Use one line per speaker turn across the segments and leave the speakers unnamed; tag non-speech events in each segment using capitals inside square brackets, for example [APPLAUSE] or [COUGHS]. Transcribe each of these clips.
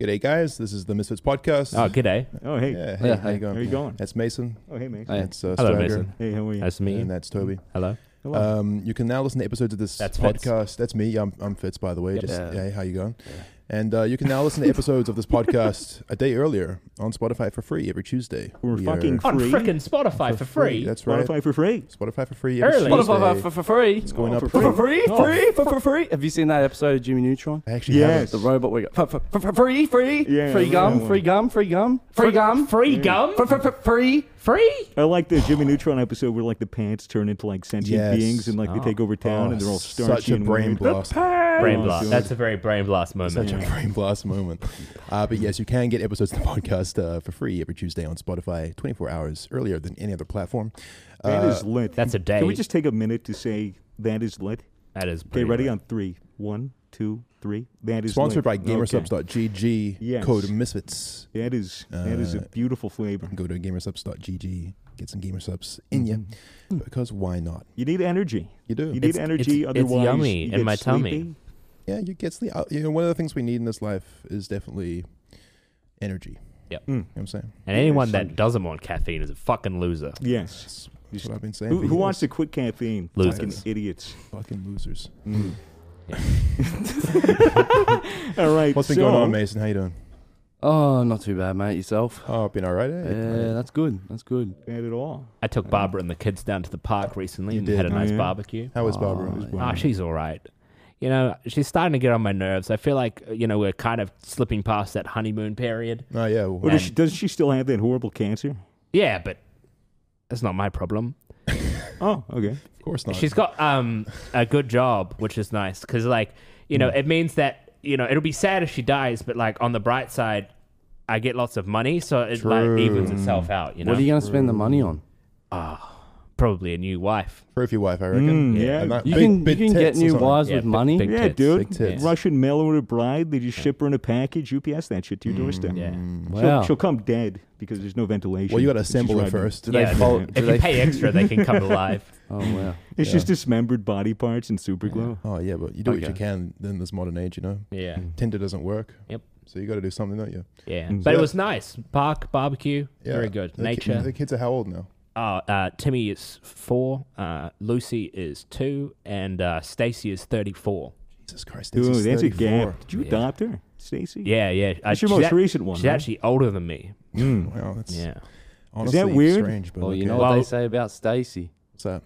G'day, guys. This is the Misfits Podcast.
Oh, g'day.
Oh, hey.
yeah, hey,
Yeah,
how
hey.
you going?
How you going?
That's Mason.
Oh, hey, man.
Hey.
That's uh,
Hello,
Swagger,
Mason.
Hey, how are you?
Nice to meet
And
you.
that's Toby.
Hello.
Hello.
Um, you can now listen to episodes of this
That's Fitz.
podcast. That's me. I'm, I'm Fitz, by the way.
Yep.
Just
Yeah.
hey, how you going? And uh, you can now listen to episodes of this
[LAUGHS]
podcast a day earlier on Spotify for free every Tuesday.
We're
We
fucking
are
On
Free?
frickin' Spotify for free.
That's right.
Spotify for free.
Spotify for free every
Early.
Tuesday.
Spotify for, for free.
It's going
Oh,
up
for
For,
free.
for free,
Oh.
free, for, for free. Have you seen that episode of Jimmy Neutron?
I actually
Yes.
The robot we got. For, for, for, for free, free,
Yeah, I remember
free
that
gum,
one.
free gum, free gum, free gum,
Free gum?
for, for, for free.
Free?
I like the Jimmy Neutron episode where like the pants turn into like sentient
Yes.
beings and like they take over
haven't-
town
oh,
and they're all starchy
such a
and
brain
weird.
blast.
Brain
Oh,
blast.
dude.
That's a very brain blast moment.
Such a brain blast moment. Uh, but yes, you can get episodes of the podcast uh, for free every Tuesday on Spotify, 24 hours earlier than any other platform.
That
Uh,
is lit.
That's a day.
Can we just take a minute to say that is lit?
That is
Okay,
pretty
ready
lit.
on three. One, two, three. That is
sponsored by
lit. Okay.
gamersubs.gg,
Yes.
code misfits.
That is that is a
Uh,
beautiful flavor.
Go to gamersubs.gg, get some gamersubs in you, because why not?
You need energy.
You do.
Mm-hmm. Hmm. You need
It's-
energy.
it's- it's
otherwise,
yummy
you
in
get
my tummy.
sleepy.
yeah, you get sleep. uh, You know, one of the things we need in this life is definitely energy.
Yep.
Hmm.
You know what I'm saying?
And anyone that doesn't want caffeine is a fucking loser.
Yes.
That's that's what I've been saying.
Who,
for
who
years.
wants to quit caffeine?
Losers.
Fucking idiots.
Fucking losers.
[LAUGHS] All right.
What's been
so-
going on, Mason? How you doing?
Oh, not too bad, mate. Yourself?
Oh, I've been all right. eh?
Yeah, that's good. That's good.
Bad at all.
I took Barbara and the kids down to the park recently
You
and
did.
had a
Oh,
nice
yeah?
barbecue.
How is Barbara?
Oh,
Ah, she's all right. You know, she's starting to get on my nerves. I feel like, you know, we're kind of slipping past that honeymoon period.
Oh, yeah. well,
Or does
And-
she, does she still have that horrible cancer?
Yeah, but that's not my problem.
Oh, okay.
of course not.
She's got um a good job, which is nice because like you know it means that you know it'll be sad if she dies, but like on the bright side, I get lots of money, so it
True.
like evens itself out. You know,
What are you going to spend the money on?
probably a new wife.
for if your wife, I reckon.
Mm, Yeah.
And that
You
big-
can
big
you can get
tits or
new
something.
wives
Yeah,
with
big-
money.
big-
Yeah,
tits,
dude.
big tits.
Russian mail order bride. They just ship her in a package. UPS that shit to
Mm,
your doorstep. She'll,
Wow.
she'll come dead because there's no ventilation.
Well, you got to
She's
assemble her
right there.
first.
Do they
yeah,
fold-
if
do
you
they-
pay extra, they can come alive.
Oh, wow.
It's just dismembered body parts and super glue.
Oh, yeah, but you do what you
Okay.
can in this modern age, you know?
Yeah,
Tinder doesn't work.
Yep.
So you got to do something, don't you?
yeah. But
Yeah.
it was nice. Park barbecue,
Yeah.
very good.
The ki-
Nature.
the kids are how old now?
Oh, uh, Timmy is four. Uh, Lucy is two, and uh, Stacy is thirty-four.
Jesus Christ.
Dude,
Daisy's
that's a
34.
gap. Did you
Yeah.
adopt her, Stacy?
Yeah, yeah. Uh,
That's your
she's
most recent one,
She's
right?
actually older than me.
Wow, that's
Mm. Yeah.
honestly
weird?
strange, but
Well, you
okay.
know what they
Well-
say about Stacy.
what's that?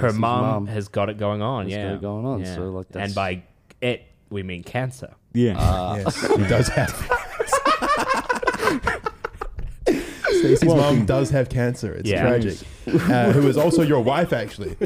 her mom has got it going on.
has
yeah,
got it going on, so, like, that's-
and by it we mean cancer.
Yeah.
Yes, it does have. Stacey's mom does have cancer. It's
Yeah.
tragic. Uh, who is also your wife,
[LAUGHS]
actually.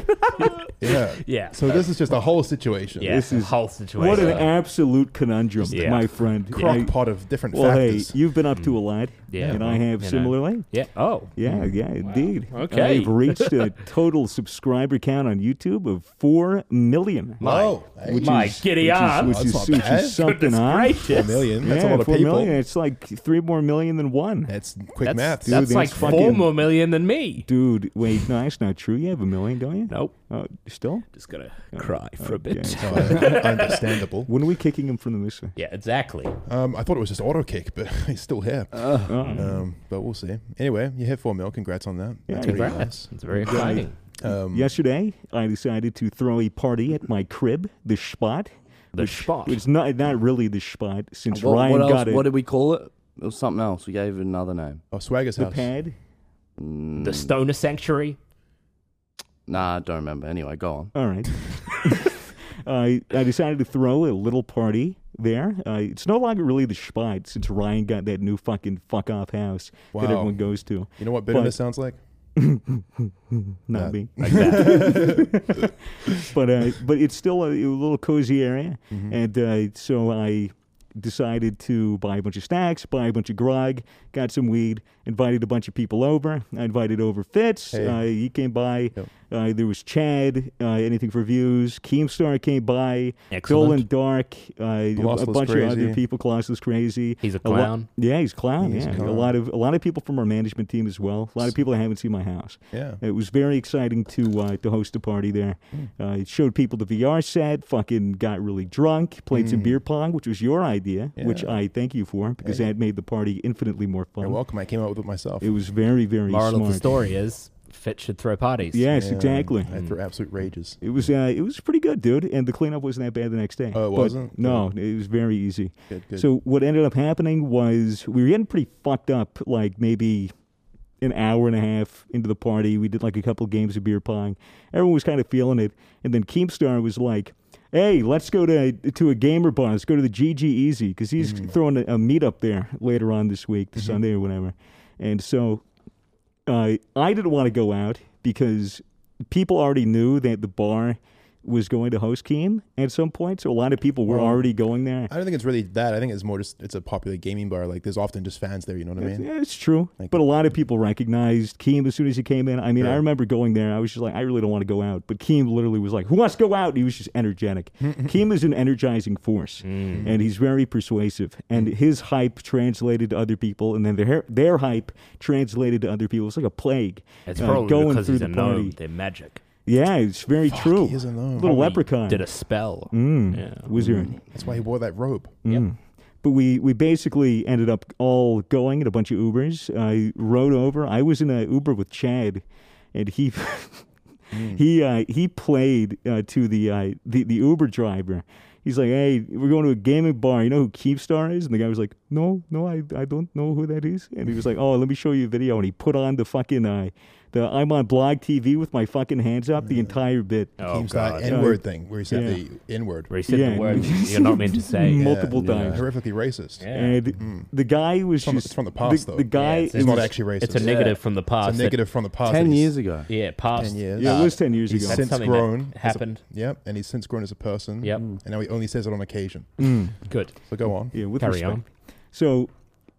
Yeah.
Yeah.
So this is just a whole situation.
Yeah,
This
this
is-
is whole situation.
what an absolute conundrum,
Yeah.
my friend.
Crock
I-
pot of different
well, hey,
factors. Mm.
you've been up to a lot,
Yeah,
and I
well, you
have
know.
similarly.
yeah. Oh.
Yeah, yeah, indeed.
Okay.
I've reached a total subscriber count on YouTube of 4 million.
Whoa. hey,
which
My
is,
giddy
which is-
aunt.
which
That's
is,
not
which
bad.
is something on.
Gracious.
a million. That's a lot of
four
people.
million. It's like three more million than one.
That's quick
That's,
math.
that's
Dude,
like
that's
four
fucking-
more million than me.
Dude, wait, no, that's not true. You have a million, don't you?
Nope.
Uh, still?
Just gonna cry for a bit.
[LAUGHS]
Okay.
Oh, understandable.
When are we kicking him from the mission?
[LAUGHS] Yeah, exactly.
Um, I thought it was just auto kick, but [LAUGHS] he's still here.
Uh.
Um, but we'll see. Anyway, you hit four mil. Congrats on that. That's pretty
Congrats. It's very exciting.
nice. Um,
Uh, Yesterday, I decided to throw a party at my crib, the spot.
The spot.
It's not not really the spot since
What,
Ryan
what else,
got it.
What did we call it? It was something else. We gave it another name. Mm,
Oh, Swagger's
the
house.
pad.
The Stoner Sanctuary.
Nah, I don't remember. Anyway, go on.
All right. I I decided to throw a little party there. Uh, it's no longer really the spot since Ryan got that new fucking fuck off house that
Wow.
everyone goes to.
You know what bitterness
But-
sounds like?
Not
Uh,
me.
Like that.
[LAUGHS] but uh, but it's still a, a little cozy area,
Mm-hmm.
and uh, so I decided to buy a bunch of snacks, buy a bunch of grog, got some weed, invited a bunch of people over. I invited over Fitz.
Hey.
Uh, he came by.
Yep.
Uh, there was Chad. Uh, anything for views. Keemstar came by. Dolan
Excellent.
Dark. Uh, a- a
Colossal's
bunch of
crazy.
other people. Colossus crazy.
He's a
lo-
clown.
yeah, he's clown.
He's a
yeah, a
clown.
lot of a lot of people from our management team as well. A lot of people that haven't seen my house.
Yeah.
It was very exciting to uh, to host a party there.
Hmm.
Uh, it showed people the VR set. Fucking got really drunk. Played some beer pong, which was your idea, which
Hmm. Yeah.
I thank you for because that made the party infinitely more
You're
fun.
welcome. I came up with it myself.
Uh-huh. It was very, very
Moral
smart.
of the story is Fitch should throw parties.
Yes,
Yeah,
exactly. Mm.
I threw absolute rages.
It was uh, it was pretty good, dude, and the cleanup wasn't that bad the next day.
Oh, it
But
wasn't?
No, it was very easy.
Good, good.
So what ended up happening was we were getting pretty fucked up, like maybe an hour and a half into the party. We did like a couple games of beer pong. Everyone was kind of feeling it, and then Keemstar was like. Hey, let's go to to a gamer bar. Let's go to the GG Easy because he's
Mm.
throwing a, a meetup there later on this week,
Mm-hmm.
the Sunday or whatever. And so uh, I didn't want to go out because people already knew that the bar was going to host Keem at some point. So a lot of people were already going there.
I don't think it's really that. I think it's more just it's a popular gaming bar. Like there's often just fans there. You know what I mean?
Yeah, it's true.
Like-
but a lot of people recognized Keem as soon as he came in. I mean, I
Yeah.
remember going there. I was just like, I really don't want to go out. But Keem literally was like, Who wants to go out? And he was just energetic. Keem is an energizing force,
Mm.
and he's very persuasive. And his hype translated to other people, and then their their hype translated to other people. It's like a plague.
It's
uh,
probably
going
because
through
he's
the
a
party.
gnome. They're magic.
Yeah, it's very true.
he is alone.
Little
Probably
leprechaun. Mm. Hmm,
Did a spell. Yeah. Mm-hmm.
wizard.
That's why he wore that robe.
But we, we basically ended up all going in a bunch of Ubers. I rode over. I was in an Uber with Chad, and he [LAUGHS]
Mm.
he uh, he played uh, to the, uh, the the Uber driver. He's like, "Hey, we're going to a gaming bar. You know who Keepstar is?" And the guy was like, "No, no, I, I don't know who that is." And he was like, "Oh, let me show you a video." And he put on the fucking uh, the I'm on blog TV with my fucking hands up the entire bit.
Oh,
Keem's
God.
N word thing where he said the N word.
Where he said
Yeah.
the word you're not meant to say.
Mm.
Yeah. multiple times.
Horrifically racist.
Yeah.
And the guy was
From the-
just
from the past,
The,
though.
the guy
Yeah,
It's
it
not
was-
actually racist.
It's a negative from the
Ah,
past.
It's a
that-
negative from the past.
Ten
that he's-
years ago.
yeah, past.
10 years.
Yeah, it
Uh,
was ten years
He's
ago.
since
something that
grown. as a- Mm.
happened.
yep. And he's since grown as a person.
Yep.
And now he only says it on occasion.
Good.
So go on.
Yeah, with
Carry
respect.
on.
So,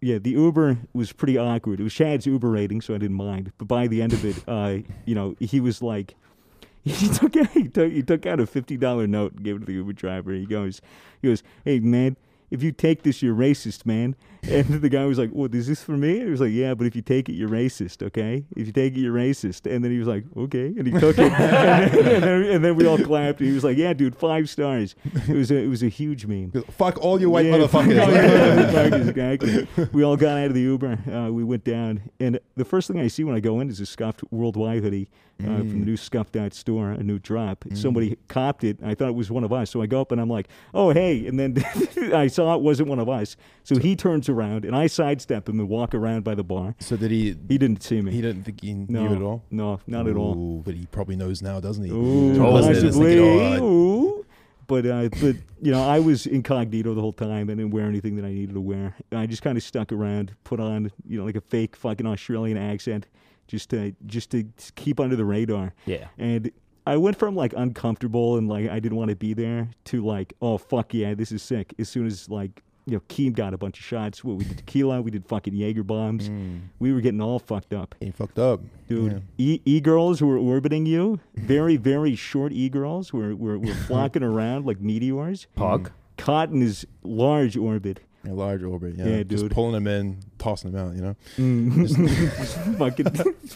yeah, the Uber was pretty awkward. It was Chad's Uber rating, so I didn't mind. But by the end of it, uh, you know, he was like, [LAUGHS] he took out, he took he took out a fifty dollar note and gave it to the Uber driver. He goes, he goes, hey man. If you take this, you're racist, man. [LAUGHS] And the guy was like, "What is this for me?" And he was like, "Yeah, but if you take it, you're racist, okay? If you take it, you're racist." And then he was like, "Okay," and he
[LAUGHS]
took it. and, then, and, then, and then we all clapped. And he was like, "Yeah, dude, five stars." It was a, it was a huge meme.
Fuck all you white
Yeah, [LAUGHS]
motherfuckers.
fuck all
[LAUGHS]
you motherfuckers, exactly. We all got out of the Uber. Uh, we went down, and the first thing I see when I go in is a scuffed worldwide hoodie uh,
Mm.
from the new scuffed out store, a new drop. Somebody copped it. I thought it was one of us, so I go up and I'm like, "Oh, hey!" And then [LAUGHS] I saw it wasn't one of us, so he turns around and I sidestep him and walk around by the bar.
So did he?
He didn't see me.
He didn't think he
no,
knew at all.
No, not at all.
Ooh, but he probably knows now, doesn't he?
Ooh,
Trolls did this
possibly.
Thinking, "Oh,
Ooh. But uh, but you know, I was incognito the whole time. I didn't wear anything that I needed to wear. I just kind of stuck around, put on you know like a fake fucking Australian accent, just to just to keep under the radar.
Yeah.
And I went from like uncomfortable and like I didn't want to be there to like oh fuck yeah this is sick. As soon as like you know Keem got a bunch of shots, what we did tequila, we did fucking Jaeger bombs, we were getting all fucked up
He fucked up.
dude. E E girls who are orbiting you,
[LAUGHS]
very very short e girls were were, were flocking around like meteors.
Pog.
Caught in his large
[LAUGHS]
orbit, [LAUGHS]
Yeah. A large orbit. Yeah,
Yeah,
just
dude.
pulling him in, tossing him out. You know,
fucking
[LAUGHS]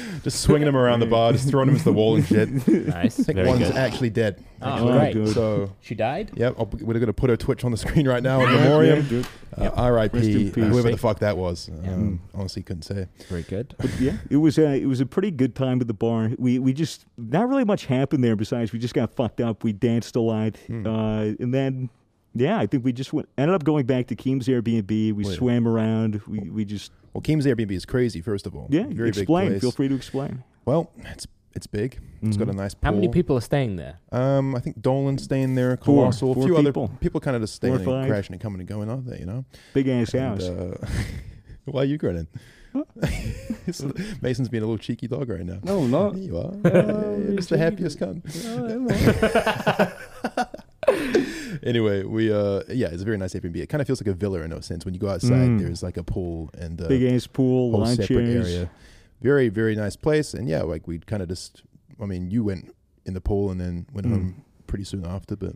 [LAUGHS]
just swinging him around the bar, just throwing him into the wall and [LAUGHS] shit. I
[LAUGHS] Nice.
think
Very
one's
good.
actually dead.
Oh,
Oh,
great.
good.
So.
She died?
Yep, I'll, we're gonna put a Twitch on the [LAUGHS] screen right now in memoriam.
dude.
Uh, R.I.P.
Rest in
uh,
peace.
Whoever the fuck that was, um, honestly couldn't say.
Very good.
yeah. It was a it was a pretty good time at the bar. We we just not really much happened there. Besides, we just got fucked up. We danced a lot,
Hmm.
uh, and then. Yeah, I think we just went, ended up going back to Keem's Airbnb. We swam around. We, we just
Well, Keem's Airbnb is crazy. First of all,
yeah.
very
explain.
big place.
Feel free to explain.
Well, it's it's big. It's got a nice pool.
Mm-hmm. How many people are staying there?
Um, I think Dolan's staying there. Colossal,
Four
a few
people.
other people, kind of just
Four or
staying, and
five.
crashing, and coming and going out there. You know.
Big ass
And,
house.
uh, [LAUGHS] why are you grinning? [LAUGHS] It's- Mason's being a little cheeky dog right now.
No, no.
There you are. [LAUGHS]
Oh,
Yeah, It's the happiest cunt.
Oh,
[LAUGHS] anyway, we uh yeah, it's a very nice Airbnb. It kind of feels like a villa in a sense. When you go outside, there's like a pool and uh,
Mm. Big ass pool,
whole
lawn
separate
chairs.
area. Very very nice place. And yeah, like we kind of just, I mean, you went in the pool and then went home pretty soon after, but.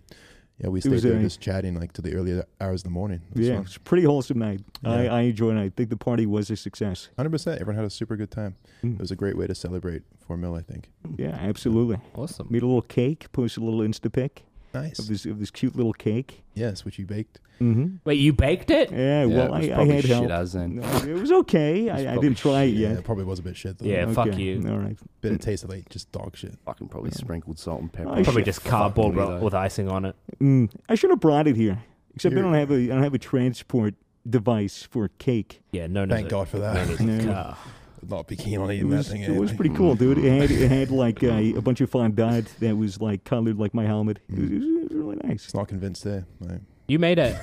Yeah, we stayed
Mm. was
there
a-
just chatting like to the early hours of the morning. It was
yeah,
fun.
it's a pretty wholesome night. I, I enjoyed it. I think the party was a success.
Hundred percent. Everyone had a super good time.
Mm.
It was a great way to celebrate four mil, I think.
Yeah, absolutely.
Awesome.
Made a little cake, posted a little Insta pic.
Nice.
of this of this cute little cake.
Yes, which you baked.
Mm-hmm.
Wait, you baked it?
Yeah,
Yeah,
well,
it was
I, I
probably
had
shit
help.
as then.
No, it was okay.
was
I, I
probably
didn't try it
shit,
Yeah,
yet.
it probably was a bit shit though.
Yeah. fuck
Okay,
you.
All right.
but it tasted like just dog shit.
Fucking probably sprinkled salt and pepper.
I
Probably
shit.
just cardboard
Fucking
with,
weirdo.
with icing on it.
Mm, I should have brought it here. Except I
You're-
don't have a I don't have a transport device for cake.
Yeah, no, no.
Thank God for that.
[LAUGHS]
No.
Car.
Would [LAUGHS] not be keen on
It
eating
was,
that thing.
it was
anyway.
pretty cool, dude. It had it had [LAUGHS] like uh, a, a bunch of fondant that was like colored like my helmet. It was, it was- it was really nice.
It's not convinced there. No.
You made it.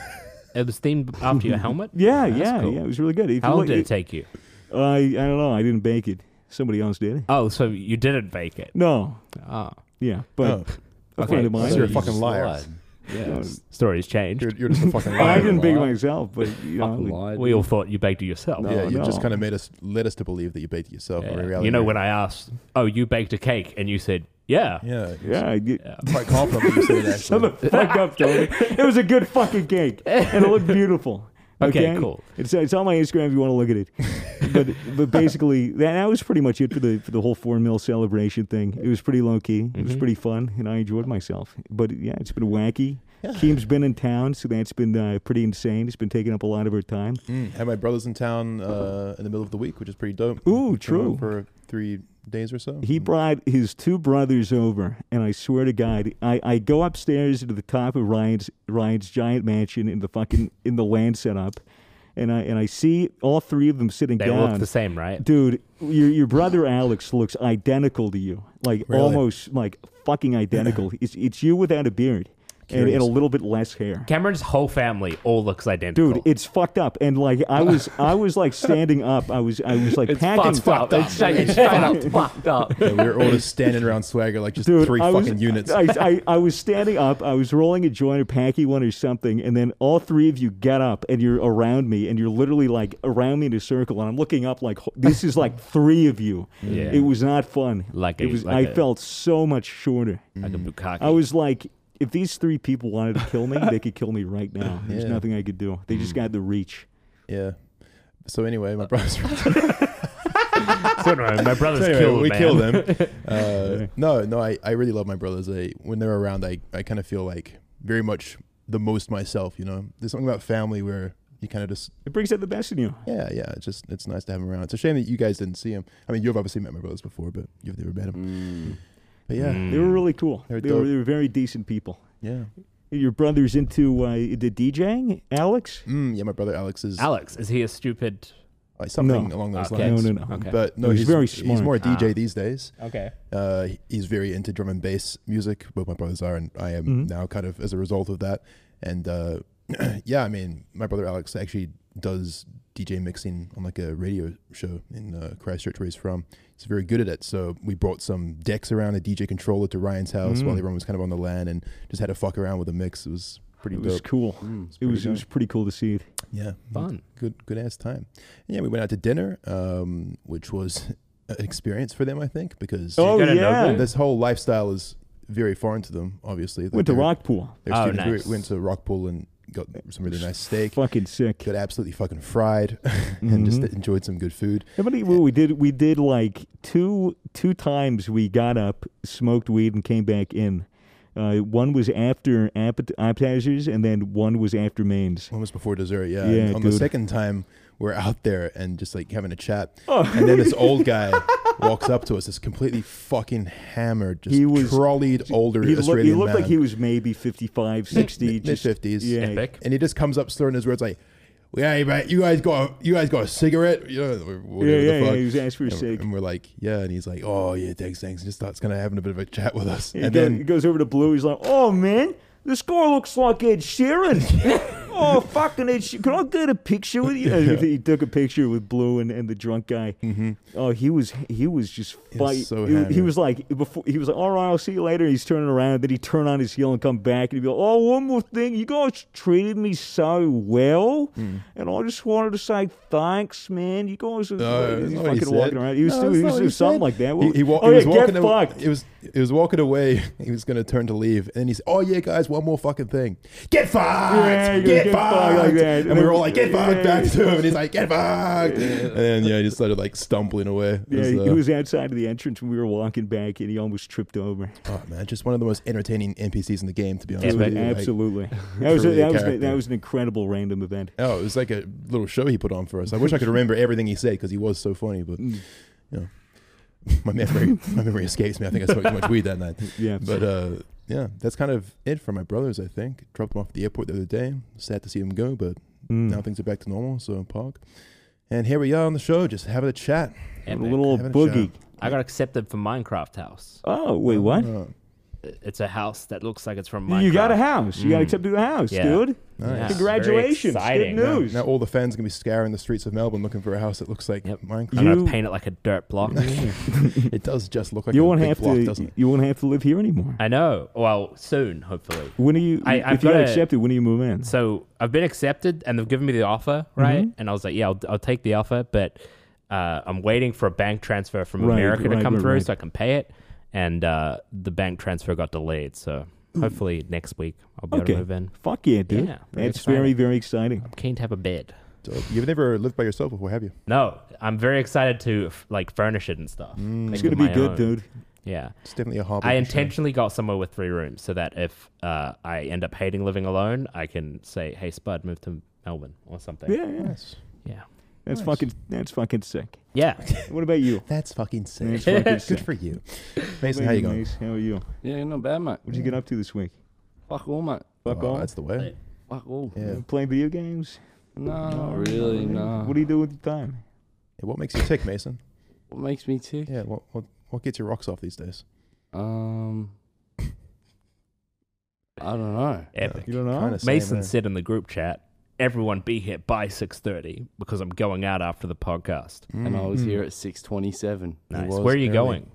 It was themed after
[LAUGHS]
your helmet.
Yeah,
That's
yeah,
cool.
yeah. It was really good. If you
How long
like-
did it take you?
I I don't know. I didn't bake it. Somebody else did.
Oh, so you didn't bake it.
No.
Ah,
Yeah, but
Oh,
a
okay,
friend of
so
mine.
you're a
You
fucking liar.
lied. Yeah.
story's changed.
you're, you're just a fucking
Well, [LAUGHS] I
liar.
didn't bake
Liar.
myself, but you know,
Fucking
like-
lied.
We all thought you baked it yourself.
No.
yeah, you just
no.
kind of made us led us to believe that you baked it yourself.
Yeah.
but in reality,
You know when I asked, "Oh, you baked a cake," and you said, "Yeah."
Yeah,
yeah, I did.
Yeah.
quite confident
[LAUGHS]
that you said it
Shut the
actually.
fuck up, Tony.
[LAUGHS]
It was a good fucking cake, and it looked beautiful.
Okay, cool.
It's, it's on my Instagram if you want to look at it. But but basically, that, that was pretty much it for the for the whole four mil celebration thing. It was pretty low key. It was pretty fun, and I enjoyed myself. But yeah, it's been wacky. Keem's been in town, so that's been uh, pretty insane. It's been taking up a lot of her time.
Mm, had my brothers in town uh, in the middle of the week, which is pretty dope.
Ooh,
Came
true.
out For three days or so.
He brought his two brothers over, and I swear to God, I, I go upstairs to the top of Ryan's Ryan's giant mansion in the fucking in the land setup, and I and I see all three of them sitting
They all
down.
look the same, right?
Dude, your your brother Alex looks identical to you, like
Really?
almost like fucking identical. it's it's you without a beard and, and a
Curious.
little bit less hair.
Cameron's whole family all looks identical.
Dude, it's fucked up, and like I was, I was like standing up. I was, I was like packing
It's like it's
[LAUGHS]
fucked up. fucked up.
Yeah, we were all just standing around swagger like just
Dude,
three
I
fucking
was,
units.
I, I, I was standing up. I was rolling a joint or packing one or something, and then all three of you get up and you're around me, and you're literally like around me in a circle, and I'm looking up like ho- this is like three of you.
Yeah.
It was not fun.
Like
it
a-
was,
like
I
a-
felt so much shorter.
Like a bukkake.
I was like, if these three people wanted to kill me, they could kill me right now. There's
Yeah.
nothing I could do. They just got the reach.
yeah. So anyway, my brothers. [LAUGHS]
So anyway,
[LAUGHS]
my brother's
So anyway,
killed.
we
man.
kill
[LAUGHS]
them. [LAUGHS] Uh, no, no, I, I really love my brothers. I when they're around, I, I kind of feel like very much the most myself. You know, there's something about family where you kind of just
It brings out the best in you.
yeah yeah. It's just it's nice to have them around. It's a shame that you guys didn't see him. I mean, you've obviously met my brothers before, but you've never met him.
Mm.
But yeah,
They
Mm.
were really cool.
They're
they, were,
dope.
they were very decent people.
yeah,
Your brother's into uh, the DJing, Alex.
mm, yeah. My brother Alex is
Alex, is he a stupid?
like something
No.
along those
Okay.
lines.
No, no, no.
Okay.
But no,
He's
he's,
very
He's
smart.
more a DJ
Ah.
these days.
Okay.
Uh, he's very into drum and bass music. Both my brothers are, and I am
Mm-hmm.
now kind of as a result of that. And uh, [CLEARS THROAT] yeah, I mean, my brother Alex actually does DJ mixing on like a radio show in uh, Christchurch where he's from. He's very good at it. So we brought some decks around a DJ controller to Ryan's house
Mm.
while everyone was kind of on the land and just had to fuck around with a mix. It was pretty
It
dope.
was cool.
Mm.
It was it was pretty cool to see it.
Yeah,
Fun.
good good ass time. And yeah, we went out to dinner, um, which was [LAUGHS] an experience for them, I think, because
Oh
gotta know
yeah,
that.
this whole lifestyle is very foreign to them. Obviously, Like,
went to
they're-
Rockpool.
they're
Oh,
students. We
nice.
went to Rockpool and got some really nice steak.
Fucking sick. Mm-hmm.
Got absolutely fucking fried, [LAUGHS] and just enjoyed some good food.
How many? Well, we did we did like two two times. We got up, smoked weed, and came back in. Uh, one was after appet- appetizers, and then one was after mains.
One was before dessert, yeah.
Yeah,
and on
dude.
the second time, we're out there and just like having a chat,
Oh.
and then this old
[LAUGHS]
guy walks up to us, this completely fucking hammered, just
He was-
trolleyed older
He, look,
Australian
he looked
man.
like he was maybe 55, 60.
mid
just-
fifties.
Yeah.
Epic.
And he just comes up slurring his words like, "Yeah, mate, you guys got a, you guys got a cigarette, you know, or
Yeah,
whatever
yeah,
the
yeah,
fuck."
he was asked for a
and,
cig.
and we're like, "Yeah," and he's like, "Oh yeah, thanks, thanks." And just starts kind of having a bit of a chat with us,
He,
and
go- he
then
goes over to Blue. He's like, "Oh man, this guy looks like Ed Sheeran.
[LAUGHS]
oh fucking Ed, Sheeran. can I get a picture with you?" And He took a picture with Blue and, and the drunk guy. Mm-hmm. Oh, he was he was just
was
fight.
so
he, he
hammered.
was like before he was like, "All right, I'll see you later." And he's turning around. Then he turned on his heel and come back and he'd be like, "Oh, one more thing. You guys treated me so well,
Mm.
and I just wanted to say thanks, man. You guys are
No, that's
he's
not what he
fucking walking
said.
around. He was,
No,
doing-
that's
he
not
was
what
doing
he
something
said.
like that.
He, he, wa-
oh,
he
yeah,
was walking.
get
aw-
fucked.
He was he was walking [LAUGHS] away. He was going to turn to leave, and he's, "Oh yeah, guys, one more fucking thing. Get fucked.
Yeah,
Yeah,
you
get get,
get
fucked.
fucked like that.
And we were all
Yeah.
like, get fucked back to him. [LAUGHS] And he's like, get fucked. And then, yeah, he just started like stumbling away. It
Yeah,
was,
he
uh,
was outside of the entrance when we were walking back, and he almost
[LAUGHS]
tripped over.
oh, man, just one of the most entertaining NPCs in the game, to be honest
Yeah,
with
but
you. Like, [LAUGHS]
Absolutely, that was a,
really a
that was a-
character.
that was an incredible random event.
Oh, it was like a little show he put on for us. I wish I could remember everything he said because he was so funny. But
Mm.
you know, my memory my memory escapes me. I think I smoked too much weed that
[LAUGHS]
night.
Yeah,
But uh, yeah, that's kind of it for my brothers. I think dropped them off at the airport the other day. Sad to see them go, but
Mm.
now things are back to normal. So pog, and here we are on the show, just having a chat.
a
Epic.
little
Having a
boogie.
I got accepted for Minecraft House.
Oh wait, what?
Oh,
It's a house that looks like it's from Minecraft.
You got a house. You
Mm.
got accepted to a house,
Yeah.
dude.
nice.
Yeah.
Congratulations!
Very exciting.
Good news.
Now all the fans are gonna be scouring the streets of Melbourne looking for a house that looks like
Yep.
Minecraft.
I'm gonna
You-
paint it like a dirt
[LAUGHS]
block.
[LAUGHS] It does just look like
You
a
won't
big
have
block,
to.
doesn't it?
You won't have to live here anymore.
I know. Well, soon, hopefully.
When are you?
I- I've
if you
got
got
a-
accepted, when do you move in?
So I've been accepted, and they've given me the offer, right?
Mm-hmm.
And I was like, yeah, I'll, I'll take the offer, but uh, I'm waiting for a bank transfer from
Right,
America
right,
to come
right,
through
right.
so I can pay it. And uh, the bank transfer got delayed, so hopefully next week I'll be
Okay.
able to move in.
Fuck yeah, dude.
Yeah, very
That's very, very exciting.
I'm keen to have a bed.
So you've never lived by yourself before, have you?
No, I'm very excited to f- like furnish it and stuff.
It's gonna be good, dude.
Yeah.
It's definitely a hobby.
Mm. I
for sure.
intentionally got somewhere with three rooms so that if uh, I end up hating living alone, I can say, "Hey, Spud, move to Melbourne or something."
Yeah, yeah.
Nice.
yeah,
That's
Nice.
fucking. That's fucking sick.
yeah.
[LAUGHS] What about you?
That's fucking sick.
That's fucking sick.
Good for you. Mason, how you going?
Mace, how are you?
Yeah, not bad, mate.
What'd you get up to this week?
Fuck all, mate.
Fuck
Oh,
all.
that's the way.
Fuck all.
Yeah.
Playing video games.
No, not really, no.
What do you do with your time?
Yeah, What makes you tick, Mason?
What makes me tick?
Yeah, what, what what gets your rocks off these days?
Um, I don't know.
Epic.
You don't know?
Kinda same,
Mason
eh?
said in the group chat, "Everyone be here by 6:30 because I'm going out after the podcast."
And I was here at six twenty-seven.
Nice.
Mm, was
Where are you
early.
going?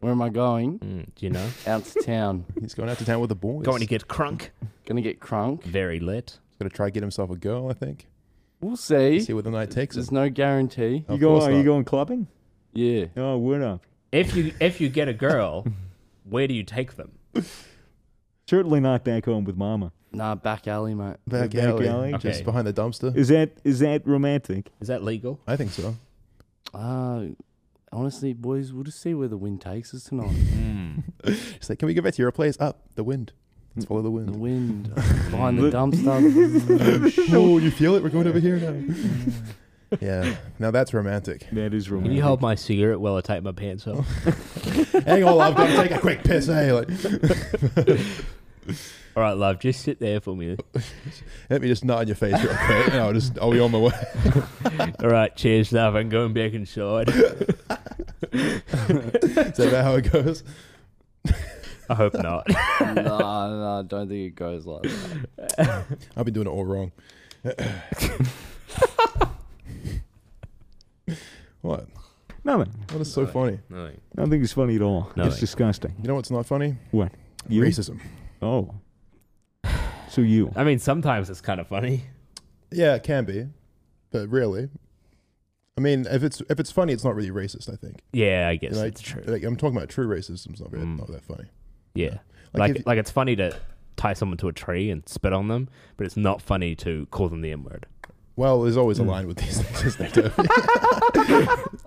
Where am I going?
Mm, do you
[LAUGHS]
know?
Out to town.
He's going out to town with the boys.
going to get crunk.
Gonna get crunk.
Very lit.
He's going to try to get himself a girl, I think.
We'll see.
See where the night takes us.
There's no guarantee.
Of
you go?
course
Are you
not.
going clubbing?
Yeah.
Oh, word up.
If you if you get a
[LAUGHS]
girl, where do you take them?
Certainly not back home with mama.
Nah, back alley, mate.
Back,
Back
alley,
alley?
just
Okay.
behind the dumpster.
Is that is that romantic?
[LAUGHS] Is that legal?
I think so.
Uh, honestly, boys, we'll just see where the wind takes us tonight.
[LAUGHS] Mm. She's like, can we go back to your place? Up, the wind. Let's follow the
The
wind.
wind uh,
[LAUGHS]
behind the
Look-
dumpster. [LAUGHS]
oh, you feel it? We're going over here now. [LAUGHS] yeah, now that's romantic.
That is
Can
romantic.
you hold my cigarette while I take my pants off?
Hang on, I've got to take a quick piss, eh? Like,
All right, love, just sit there
[LAUGHS]
for me.
let me just nod in your face real quick, and I'll just, I'll be on my way.
All right, cheers, love. I'm going back inside.
Is that about how it goes?
I
[LAUGHS]
hope not.
nah, nah, I don't think it goes like that.
I've been doing it all wrong. [LAUGHS] what?
Nothing.
What is so funny?
No.
Nothing is funny at all.
No,
it's
thank-
disgusting.
You know what's not funny?
What? You?
Racism.
Oh. So you.
I mean, sometimes it's kind of funny.
Yeah, it can be, but really, I mean, if it's if it's funny, it's not really racist. I think.
Yeah, I guess
You know,
that's
like,
true.
Like I'm talking about true racism's not really not that funny.
yeah,
Like,
like
if
like,
you-
it's funny to tie someone to a tree and spit on them, but it's not funny to call them the N word.
Well, there's always a line with these [LAUGHS] things, isn't there? Toby?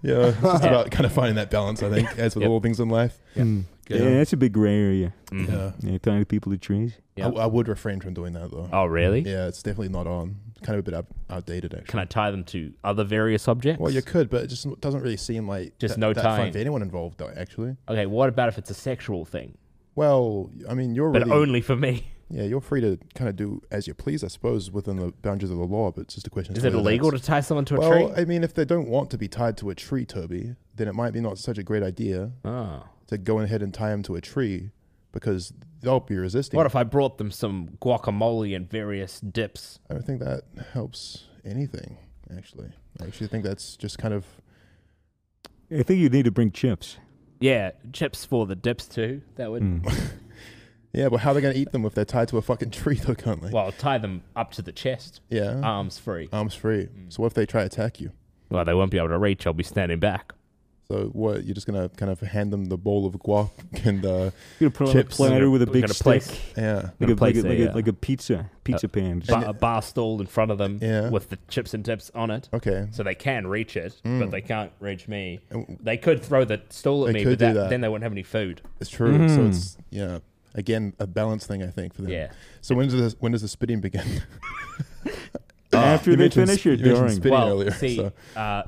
yeah, it's just about kind of finding that balance. I think, as with
Yep.
all things in life.
Mm.
Yeah.
Yeah. that's a big gray area.
Mm-hmm.
Yeah.
Yeah, tying the people to trees.
I, I would refrain from doing that though.
Oh, really?
Yeah, it's definitely not on. It's kind of a bit out, outdated, actually.
Can I tie them to other various objects?
Well, you could, but it just doesn't really seem like
Just
that-
no
that
tying.
fun for anyone involved, though. Actually,
okay, what about if it's a sexual thing,
well, I mean, you're
but
really,
only for me?
yeah, you're free to kind of do as you please, I suppose, within the boundaries of the law. But it's just a question. as
Is
to
it
whether
illegal to
that's-
tie someone to a
well,
tree?
I mean, if they don't want to be tied to a tree, Toby, then it might be not such a great idea
oh.
to go ahead and tie them to a tree because they'll be resisting.
What if I brought them some guacamole and various dips?
I don't think that helps anything. Actually, I actually think that's just kind of [LAUGHS]
I think you need to bring chips.
Yeah, chips for the dips too. That would
yeah. But how are they going to eat them if they're tied to a fucking [LAUGHS] tree, though? Can't they?
well um, tie them up to the chest,
yeah.
arms free. mm.
Arms free. So what if they try to attack you?
Well, they won't be able to reach. I'll be standing back.
So what? You're just gonna kind of hand them the bowl of guac [LAUGHS] and uh,
You're gonna put
Chips.
on a platter with a
We're
big
gonna
stick,
place
yeah,
like a,
Gonna place
like, a, like,
a,
a,
uh,
like a pizza pizza pan.
ba- a bar stall in front of them
Yeah.
with the chips and dips on it.
okay.
So they can reach it, but they can't reach me.
And-
They could throw the stool at
Hmm. They
me,
could
but
do
that,
that.
then they wouldn't have any food.
It's true.
Mm-hmm.
So it's yeah. Again, a balance thing, I think, for them.
Yeah.
So when does the, when does the spitting begin? [LAUGHS]
After
You
they
mentioned
finish
sp-
it
you mentioned
during.
spit- Bit
Uh, well,
earlier,
see,
so-
uh,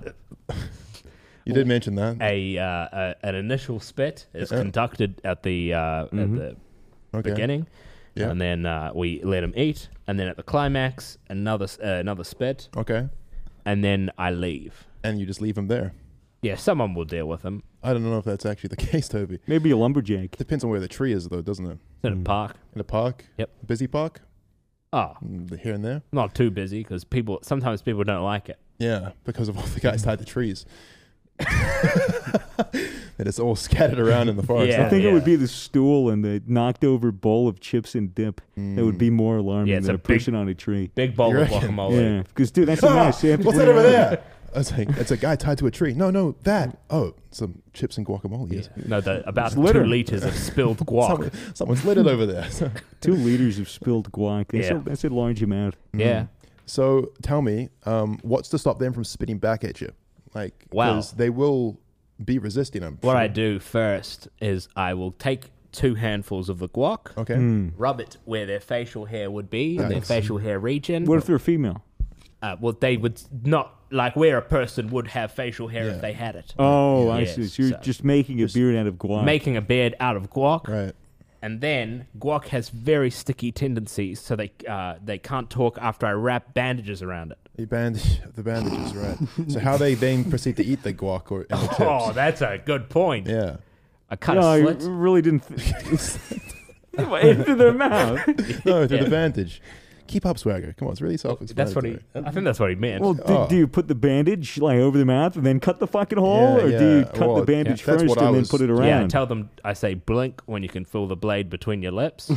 You did mention that.
a, uh, a an initial spit is conducted at the uh, at the
Okay.
beginning,
Yeah.
and then uh, we let them eat, and then at the climax, another s- uh, another spit,
Okay.
and then I leave.
And you just leave them there.
Yeah, someone will deal with them.
I don't know if that's actually the [LAUGHS] case, Toby.
Maybe a lumberjack.
Depends on where the tree is, though, doesn't it?
It's in a park.
In a park.
Yep.
Busy park.
Oh,
Mm, Here and there.
not too busy because people sometimes people don't like it.
Yeah, because of all the guys tied to trees. [LAUGHS] that it's all scattered around in the forest.
Yeah.
I think it would be the stool and the knocked over bowl of chips and dip that
Mm.
would be more alarming
Yeah, it's
than
a
a person on a tree.
Big bowl
You
of
reckon?
guacamole.
Yeah, because
[LAUGHS]
dude, that's a
Ah,
nice. sample.
what's that over there? I was like, it's a guy tied to a tree. No, no, that. Oh, some chips and guacamole. Yes.
No, the, about
litter.
two liters of spilled guac.
Someone, someone's littered over there.
[LAUGHS]
[LAUGHS]
Two liters of spilled guac. That's,
Yeah.
a, that's a large amount.
yeah.
so tell me, um, what's to stop them from spitting back at you? Like,
Wow.
because they will be resisting them.
What I do first is I will take two handfuls of the guac,
Okay.
rub it where their facial hair would be, in their
Oh. Nice.
facial hair region.
What if they're female?
uh, well, they would not like where a person would have facial hair
Yeah.
if they had it.
Oh, I
Yes,
see. So you're
so-
just making a beard out of guac.
Making a beard out of guac,
Right.
and then guac has very sticky tendencies, so they uh, they can't talk after I wrap bandages around it.
The bandage, the bandages, right? so how they then proceed to eat the guac or
[LAUGHS]
and the chips?
Oh, that's a good point.
Yeah.
I cut
no, I
a slit.
really didn't. Th-
[LAUGHS]
into their mouth.
No, through the
Yeah.
bandage. Keep up, swagger. Come on, it's really self-explanatory.
That's what he. I think that's what he meant.
[LAUGHS] Well, do,
Oh.
do you put the bandage like over the mouth and then cut the fucking hole,
Yeah,
or do you
yeah.
cut
Well,
the bandage
that's
first
what I
and then
was-
put it
Yeah,
around?
Yeah, I tell them I say blink when you can feel the blade between your
[LAUGHS]
lips,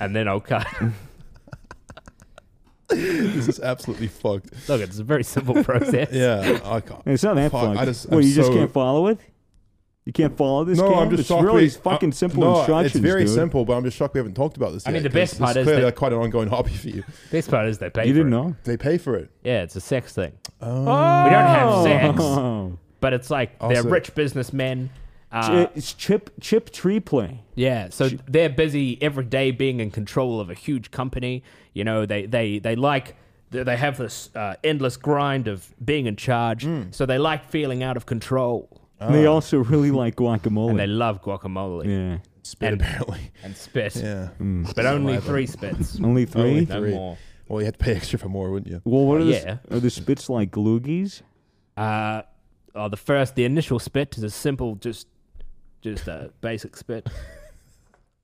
and then I'll cut.
This is absolutely
[LAUGHS]
fucked.
Look, it's a very simple process.
Yeah, I can't.
it's not that
Fuck,
fun.
I just-
well,
I'm
you just
so-
can't follow it. You can't follow this.
No,
Cam?
I'm just
it's
shocked.
really
we,
fucking
uh,
simple
no,
instructions.
It's very
dude.
simple, but I'm just shocked we haven't talked about this.
I
yet,
mean, the
'cause
best
it's
part is
clearly
that-
quite an ongoing [LAUGHS] hobby for you.
Best part is they pay.
You
for
didn't
it.
know?
They pay for it.
Yeah, it's a sex thing. We don't have sex,
Oh.
but it's like
Also-
they're rich businessmen. Uh,
Chi- it's chip chip tree play.
yeah, so they're busy every day being in control of a huge company. You know, they they they like they they have this uh, endless grind of being in charge,
Hmm.
so they like feeling out of control,
And
Uh.
they also really like guacamole.
and they love guacamole
yeah,
Spit
And-
apparently.
and spit,
Yeah.
Mm.
but only three spits.
only three.
Only
No
three.
more.
Well, you had to pay extra for more, wouldn't you?
Well, what are the
Yeah.
are the spits like loogies?
Uh, oh, the first, the initial spit is a simple, just, just a basic spit.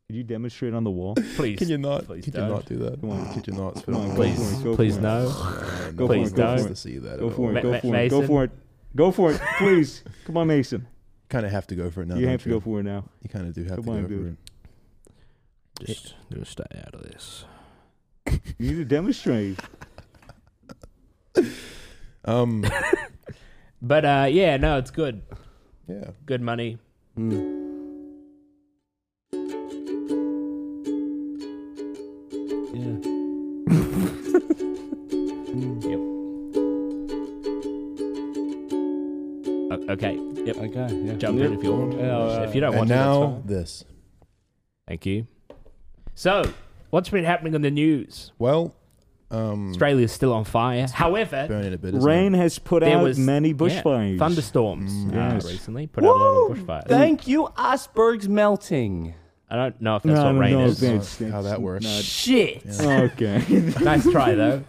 Could you demonstrate on the wall?
Please,
Can you not?
Please
Could you
don't.
not do that?
Come on.
Could you not? Spit
Come on,
on
go
the
please,
for it, go
please
for it.
no.
floor?
go
No one
for it, go
wants
for
to
it.
see that.
Go for it.
Ma-
Go
Ma-
for it. Go
Mason?
for it. Go
[LAUGHS]
for it. Please, come on, Mason.
Kind of have to go for it now.
You
don't
have to go for it now.
You kind of do have
Come
to
on,
go for
dude.
it.
Just gonna stay out of this.
You need to demonstrate.
Um.
But uh, yeah, no, it's good.
Yeah.
Good money.
Hmm.
Hmm. Yeah.
[LAUGHS]
Hmm.
O- okay, yep.
Okay. Yeah.
Jump in if you want.
Yeah, all right.
If you don't
And
want to, that's
now
fine.
this.
thank you. So, what's been happening in the news?
Well, um,
Australia's still on fire. However,
burning a bit. isn't
Rain
it?
has put
there
out
was
many
yeah,
bushfires.
thunderstorms
yes.
uh, recently. Put out a lot of bushfires.
Thank you, Iceberg's melting.
I don't know if
No,
that's what
no,
rain
no,
is.
that's-
How
that's
that works.
Shit.
not- Okay.
[LAUGHS] nice try though.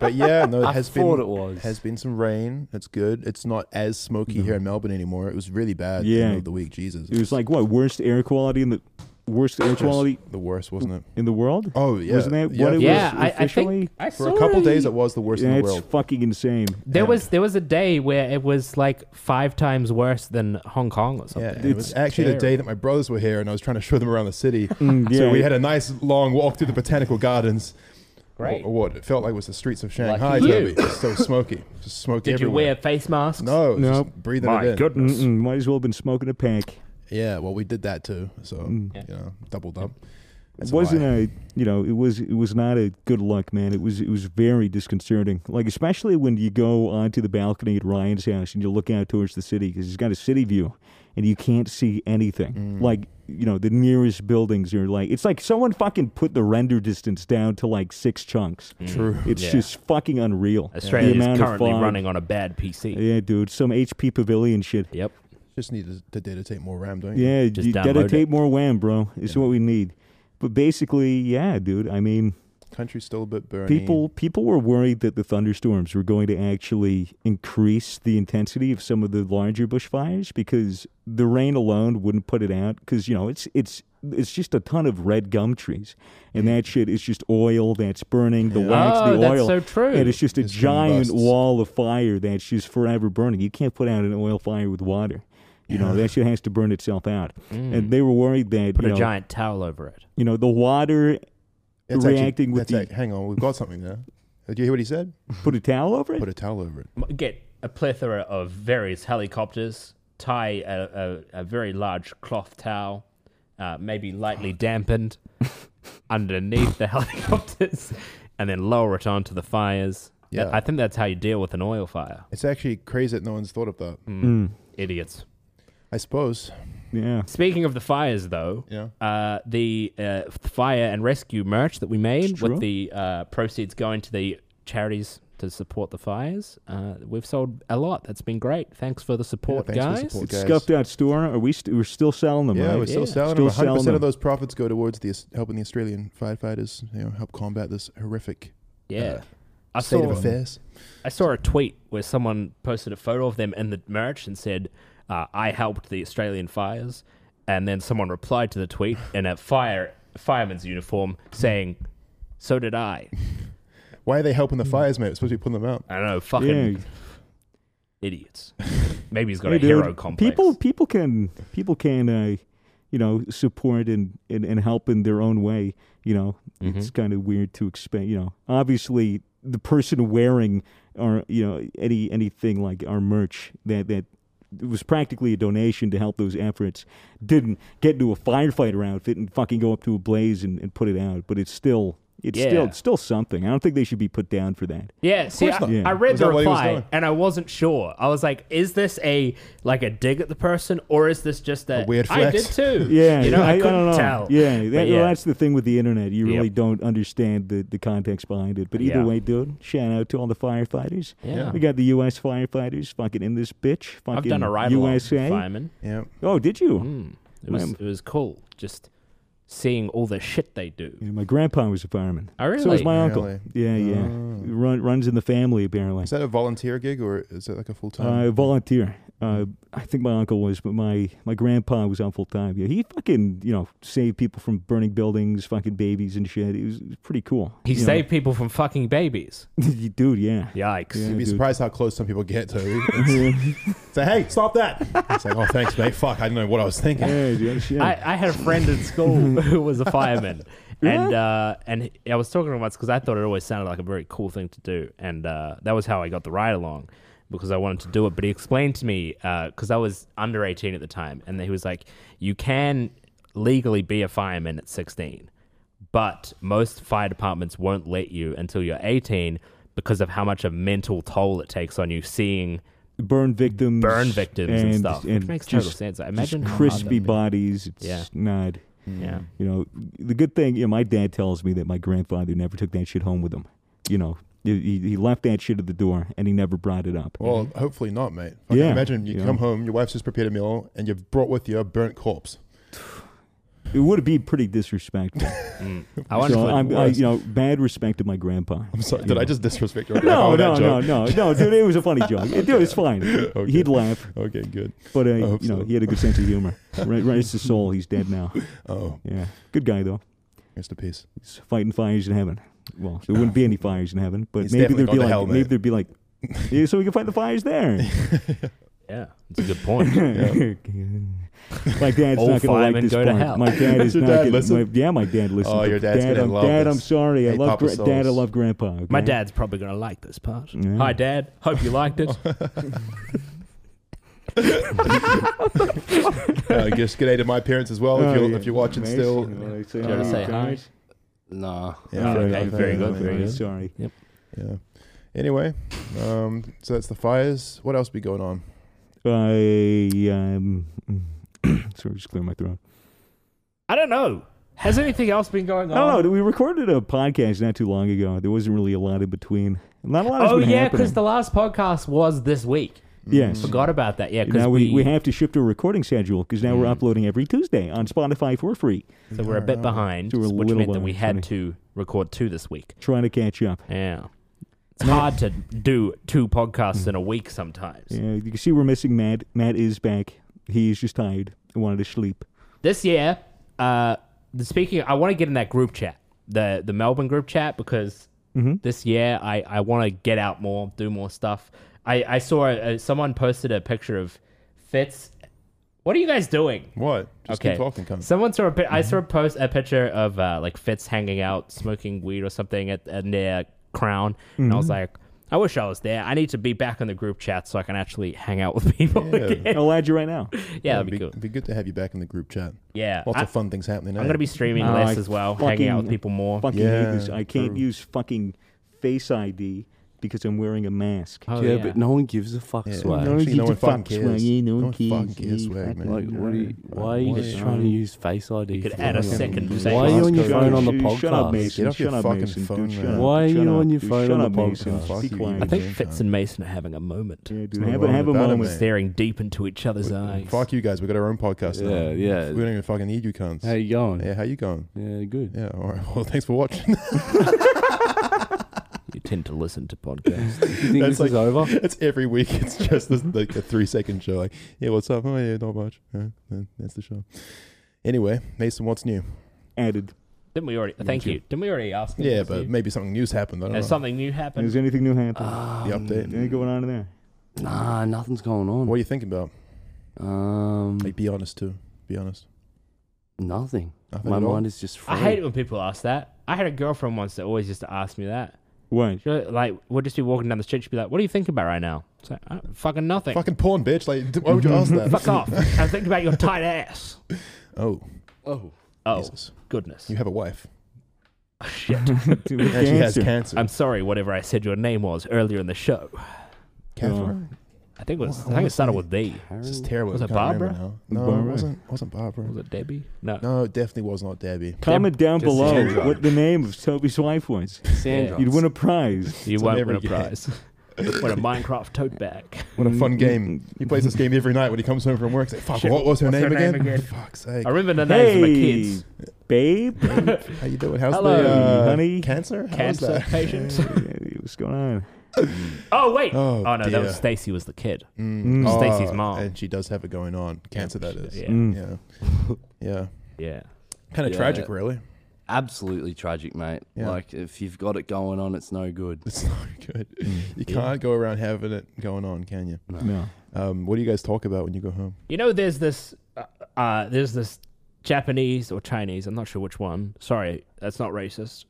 But yeah, no,
[LAUGHS]
it
I
has
thought
been.
it was.
Has been some rain. That's good. It's not as smoky here in Melbourne anymore. It was really bad. at the
Yeah.
end of the week. Jesus,
It was like what worst air quality in the worst air quality
the worst, wasn't it?
in the world.
Oh yeah,
Wasn't that
yeah,
what it
for-
Yeah,
was
I, I
officially-
think I
For
saw
a couple
it.
days, it was the worst in the
That's
world.
fucking insane.
There
Yeah.
was there was a day where it was like five times worse than Hong Kong or
Yeah,
something.
and it was
It's
actually the day that my brothers were here, and I was trying to show them around the city.
[LAUGHS] Mm,
So
yeah.
we had a nice long walk through the botanical gardens,
Great.
Or, or what it felt like was the streets of Shanghai,
you.
Toby. It's
[LAUGHS]
so smoky. Just smoke
Did
everywhere.
you wear face masks?
No, it was
No.
just breathing it in.
Mm-mm, might as well have been smoking a pack.
Yeah, well, we did that too. So you know, doubled up.
It
That's a
Mm. wasn't
lie.
a, you know, it was it was not a good luck, man. It was it was very disconcerting. Like especially when you go onto the balcony at Ryan's house and you look out towards the city because he's got a city view, and you can't see anything.
Mm.
Like you know, the nearest buildings are like it's like someone fucking put the render distance down to like six chunks.
true.
It's
Mm. Yeah.
just fucking unreal. The
Australia
amount
is
of
currently
fog.
running on a bad PC.
Yeah, dude, some HP Pavilion shit.
Yep.
[LAUGHS] Just needed to data take more RAM, don't you?
Yeah,
Just
you
download
dedicate
it.
more WAM, bro. It's what we need. But basically, yeah, dude. I mean,
Country's still a bit burning.
people people were worried that the thunderstorms were going to actually increase the intensity of some of the larger bushfires because the rain alone wouldn't put it out. Because you know, it's it's it's just a ton of red gum trees, and that shit is just oil that's burning the wax,
Oh,
the
that's
oil.
so true.
And it's just a
Just
giant
combusts.
wall of fire that's just forever burning. You can't put out an oil fire with water. You know that shit has to burn itself out, and they were worried that
Mm. Put
you
a
know,
giant towel over it.
you know the water
That's
reacting with
that's
the-
act- hang on, we've got something there. Did you hear what he said?
put a towel over it.
Put a towel over it.
M- Get a plethora of various helicopters, tie a, a, a very large cloth towel, uh, maybe lightly [LAUGHS] dampened, underneath the helicopters, and then lower it onto the fires. That-
Yeah.
I think that's how you deal with an oil fire.
It's actually crazy that no one's thought of that.
Mm.
Mm.
Idiots.
I suppose.
yeah,
Speaking of the fires, though,
Yeah.
uh, the uh, fire and rescue merch that we made
It's true.
with the uh, proceeds going to the charities to support the fires, uh, we've sold a lot. That's been great. Thanks for the
thanks
support,
for the
guys.
support.
It's
guys.
scuffed out store. Are we? St- we're still selling them,
Yeah,
right?
we're still
Yeah.
selling
Still
them. 100%
selling them.
of those profits go towards the helping the Australian firefighters, you know, help combat this horrific
Yeah.
uh,
I
state of
saw,
affairs.
I saw a tweet where someone posted a photo of them in the merch and said, uh, I helped the Australian fires. And then someone replied to
[LAUGHS]
the tweet in a fire fireman's uniform saying, So did I.
Why are they helping the
Hmm.
fires, mate? We're supposed to be putting them out.
I don't know,
Yeah.
fucking
[LAUGHS]
idiots. Maybe he's got
Hey,
a hero
dude,
complex.
People, people can, people can, uh, you know, support and, and and help in their own way. You know,
Mm-hmm.
it's kind of weird to expect. You know, obviously the person wearing our, you know, any anything like our merch that that. was practically a donation to help those efforts. Didn't get into a firefighter outfit and fucking go up to a blaze and, and put it out, but it's still, it's
Yeah.
still, it's still something. I don't think they should be put down for that.
Yeah, see, I,
not.
Yeah.
I read
Is
the
that what he was
reply
doing?
and I wasn't sure. I was like, "Is this a like a dig at the person, or is this just a,
A weird
I did
flex.
[LAUGHS] too.
[LAUGHS] Yeah,
you know, I, couldn't
don't know.
tell.
Yeah,
But
that, well,
yeah.
that's the thing with the internet. You really
Yep.
don't understand the, the context behind it. But either
Yeah.
way, dude, shout out to all the firefighters.
Yeah.
we got the U.S. firefighters fucking in this bitch. Fucking
I've done a ride along Mm. with
USA.
fireman.
Yeah.
Oh, did you?
Hmm. It was
Ma'am.
it was cool just seeing all the shit they do.
Yeah, my grandpa was a fireman.
Oh,
So was
really?
my uncle.
Really?
Yeah, yeah. Run, runs in the family apparently.
Is that a volunteer gig or is it like a full time?
Uh, volunteer. Uh, I think my uncle was, but my, my grandpa was on full time. Yeah, he fucking you know saved people from burning buildings, fucking babies and shit. It was, it was pretty cool.
He
you know?
saved people from fucking babies.
[LAUGHS] dude. Yeah,
Yikes!
You'd be
dude.
surprised how close some people get to.
[LAUGHS]
It's- Say, hey, stop that! It's like, oh, thanks, mate. Fuck, I didn't know what I was thinking.
Yeah, dude, shit.
I, I had a friend in
[LAUGHS]
school who was a fireman, and uh, and he- I was talking to him once because I thought it always sounded like a very cool thing to do, and uh, that was how I got the ride along because I wanted to do it. But he explained to me because I was under eighteen at the time, and he was like, "You can legally be a fireman at sixteen, but most fire departments won't let you until you're eighteen because of how much a mental toll it takes on you seeing."
burn victims,
Burn victims and stuff, which
and
makes
just-
total sense. I
just
imagine how hard that'd be.
crispy bodies. It's
Yeah.
not,
Yeah.
you know, the good thing. You know, my dad tells me that my grandfather never took that shit home with him. You know, he, he- he left that shit at the door and he never brought it up.
Well, hopefully not, mate. Fucking
Mm-hmm. Yeah,
Imagine you
yeah.
come home, your wife's just prepared a meal, and you've brought with you a burnt corpse. [LAUGHS]
It would be pretty disrespectful.
I wonder.
so
if it
I'm, I,
works.
you know, bad respect to my grandpa.
I'm sorry,
you
did
know.
I just disrespect your grandpa
No,
with
no,
that
no,
joke?
no, no, dude. It was a funny joke. Dude, it's fine. He'd laugh.
Okay, good.
But uh,
I hope
you know,
so.
he had a good sense of humor. Right, right, it's his soul. He's dead now.
Oh,
Yeah, good guy though.
rest in peace.
He's fighting fires in heaven. Well, there wouldn't be any fires in heaven, but
He's
maybe
definitely
there'd be
gone to
like
hell,
maybe
mate. [LAUGHS]
there'd be like, yeah, so we can fight the fires there. [LAUGHS]
Yeah, it's a good point.
my dad's
Old
not going to like
firemen
this
go to
point.
hell.
My dad
[LAUGHS]
is
Your
not
dad
gonna,
listen?
My, yeah, my dad listens.
Oh,
to-
your dad's
dad,
gonna
I'm,
love
Dad,
this.
I'm sorry. I
Hey,
love
Papa
gra- dad. I
Souls.
love grandpa. Okay?
My dad's probably gonna like this part.
Yeah.
Hi, Dad. Hope you liked
[LAUGHS]
it.
uh, just good day to my parents as well
Oh,
if, you're,
yeah.
if you're watching
Amazing.
still.
Well, they
Do you ever
"How
say
you
hi?"
guys?"
Nah.
Yeah. yeah,
Okay, very
yeah,
good,
yeah,
very
yeah.
good.
Sorry.
Yeah. Anyway, um, so that's the fires. What else be going on?
I um, [CLEARS THROAT] sorry, just clear my throat.
I don't know. Has anything else been going on?
I don't know. We recorded a podcast not too long ago. There wasn't really a lot in between. Not a lot. has
Oh
been
yeah,
happening.
because the last podcast was this week.
yes.
Forgot about that. Yeah, because
Now we,
we, Mm.
we have to shift to a recording schedule because now we're uploading every Tuesday on Spotify for free.
so we're a bit behind,
So we're a
which
little
meant that we
behind,
had to record two this week.
Trying to catch up.
Yeah, it's hard to do two
Mm.
podcasts in a week sometimes.
Yeah, you can see we're missing Matt. Matt is back. He's just tired. He wanted to sleep.
this year, uh, the speaking, I want to get in that group chat, the the Melbourne group chat, because
Mm-hmm.
this year I, I want to get out more, do more stuff. I, I saw uh, someone posted a picture of Fitz. What are you guys doing?
What? Just keep talking. Come. Mm-hmm.
Someone saw a pi- I saw a post a picture of uh, like Fitz hanging out smoking weed or something at, at near Crown, and
Mm-hmm.
I was like, I wish I was there. I need to be back in the group chat so I can actually hang out with people
Yeah.
again. [LAUGHS]
I'll add you right now.
Yeah,
it'd
that'd
be,
be cool.
it'd be good to have you back in the group chat.
Yeah,
Lots
I-
of fun things happening. eh?
I'm gonna be streaming
Oh,
less
I
as well, hanging
fucking-
out with people more.
Fucking
Yeah,
hate this. I can't
true.
use fucking Face ID because I'm wearing a mask.
Oh,
yeah,
yeah.
but no one gives a fuck,
Yeah.
swag.
No, actually,
gives
one
a
fucking
fuck,
cares.
Swaggy. No
No
one
one fucking
cares.
cares,
You
swag,
fucking-
man.
Like, what are you, why are you
Why-
just trying to use Face ID?
You could
for
add a
fucking-
second face
Why are you on your
ID.
phone on the podcast?
Shut up, Mason.
Get off your
shut up,
fucking
Mason. Dude,
phone,
shut
man.
up.
Why are
Shut
you
up.
on your
Dude,
phone
shut
on
up,
the
Mason.
podcast?
Just Be
Fuck you,
quiet.
you
I think
game
Fitz
time.
and Mason are having a moment,
Yeah, dude,
What's
have, a,
wrong
have a
with that,
moment.
mate?
staring deep into each other's eyes.
Fuck you guys. We got our own podcast
Yeah,
now.
yeah.
We don't even fucking need you cunts.
How you going?
Yeah, how you going? [LAUGHS]
Yeah, good.
Yeah, all right. Well, thanks for watching. [LAUGHS]
[LAUGHS] You tend to listen
[LAUGHS]
to podcasts.
You think
That's
this
like-
is over?
[LAUGHS] it's every week.
[LAUGHS]
It's just this, like a three second show. Like, yeah, what's up? Oh, yeah, not much. Yeah, yeah, that's the show. Anyway, Mason, what's new?
Added.
Didn't we already? Thank you. Didn't we already ask? him
Yeah,
what's
but
new?
maybe something new's happened. I don't
has
know.
something new
Uh,
happened?
Is anything new happening?
The update.
anything going on in there?
Ah, Nah, nothing's going on.
What are you thinking about?
Um,
Like, be honest too. Be honest.
nothing.
Nothing
My
at all?
mind is just free.
I hate it when people ask that. I had a girlfriend once that always used to ask me that.
What?
She was Like, we'll just be walking down the street. She'd be like, "What are you thinking about right now?" It's like, "Uh, "Fucking nothing.
Fucking porn, bitch. Like, d- why would you ask that? [LAUGHS]
[LAUGHS] Fuck off. I'm thinking about your tight ass."
Oh,
Oh,
Oh
Jesus.
goodness.
You have a
[LAUGHS]
wife.
Shit.
[LAUGHS] Dude,
And she has
cancer.
cancer.
I'm sorry. Whatever I said your name was earlier in the show.
Catherine.
I think it was.
Well,
I think
honestly-
it started with D.
This is terrible.
Was
I
it
can't remember
Barbara?
Now. No,
Barbara.
it wasn't. Wasn't Barbara.
Was it Debbie? No.
No, it definitely was not Debbie.
Comment down
Just
below
Sandra.
what the name of Toby's wife was.
Sandra.
You'd win a prize.
You
It's on
won't
every
win a
game.
prize. win a Minecraft tote bag.
What a
Mm,
fun game. He plays [LAUGHS] this game every night when he comes home from work. He's like, fuck, what was her,
what's
name,
her
again?
name again?
Fuck's sake.
I remember the names of the
Hey,
kids.
[LAUGHS]
[LAUGHS]
babe.
How you doing? How's
Hello,
the uh,
honey.
Cancer? How's
Cancer
that?
patients.
Hey, What's going on?
[LAUGHS] Oh wait.
Oh,
Oh, no, that
dear.
was Stacy. Was the kid?
Mm.
Mm.
Stacey's
Oh,
mom.
And she does have it going on. Cancer, that is.
Yeah.
Mm.
Yeah. Yeah.
Yeah.
Kind of
Yeah.
tragic, really. [LAUGHS]
Absolutely tragic, mate.
Yeah.
Like, if you've got it going on, it's no good.
It's not good.
Mm.
You can't go around having it going on, can you?
No.
Um, what do you guys talk about when you go home?
You know, there's this, uh, uh, there's this Japanese or Chinese. I'm not sure which one. Sorry, that's not racist.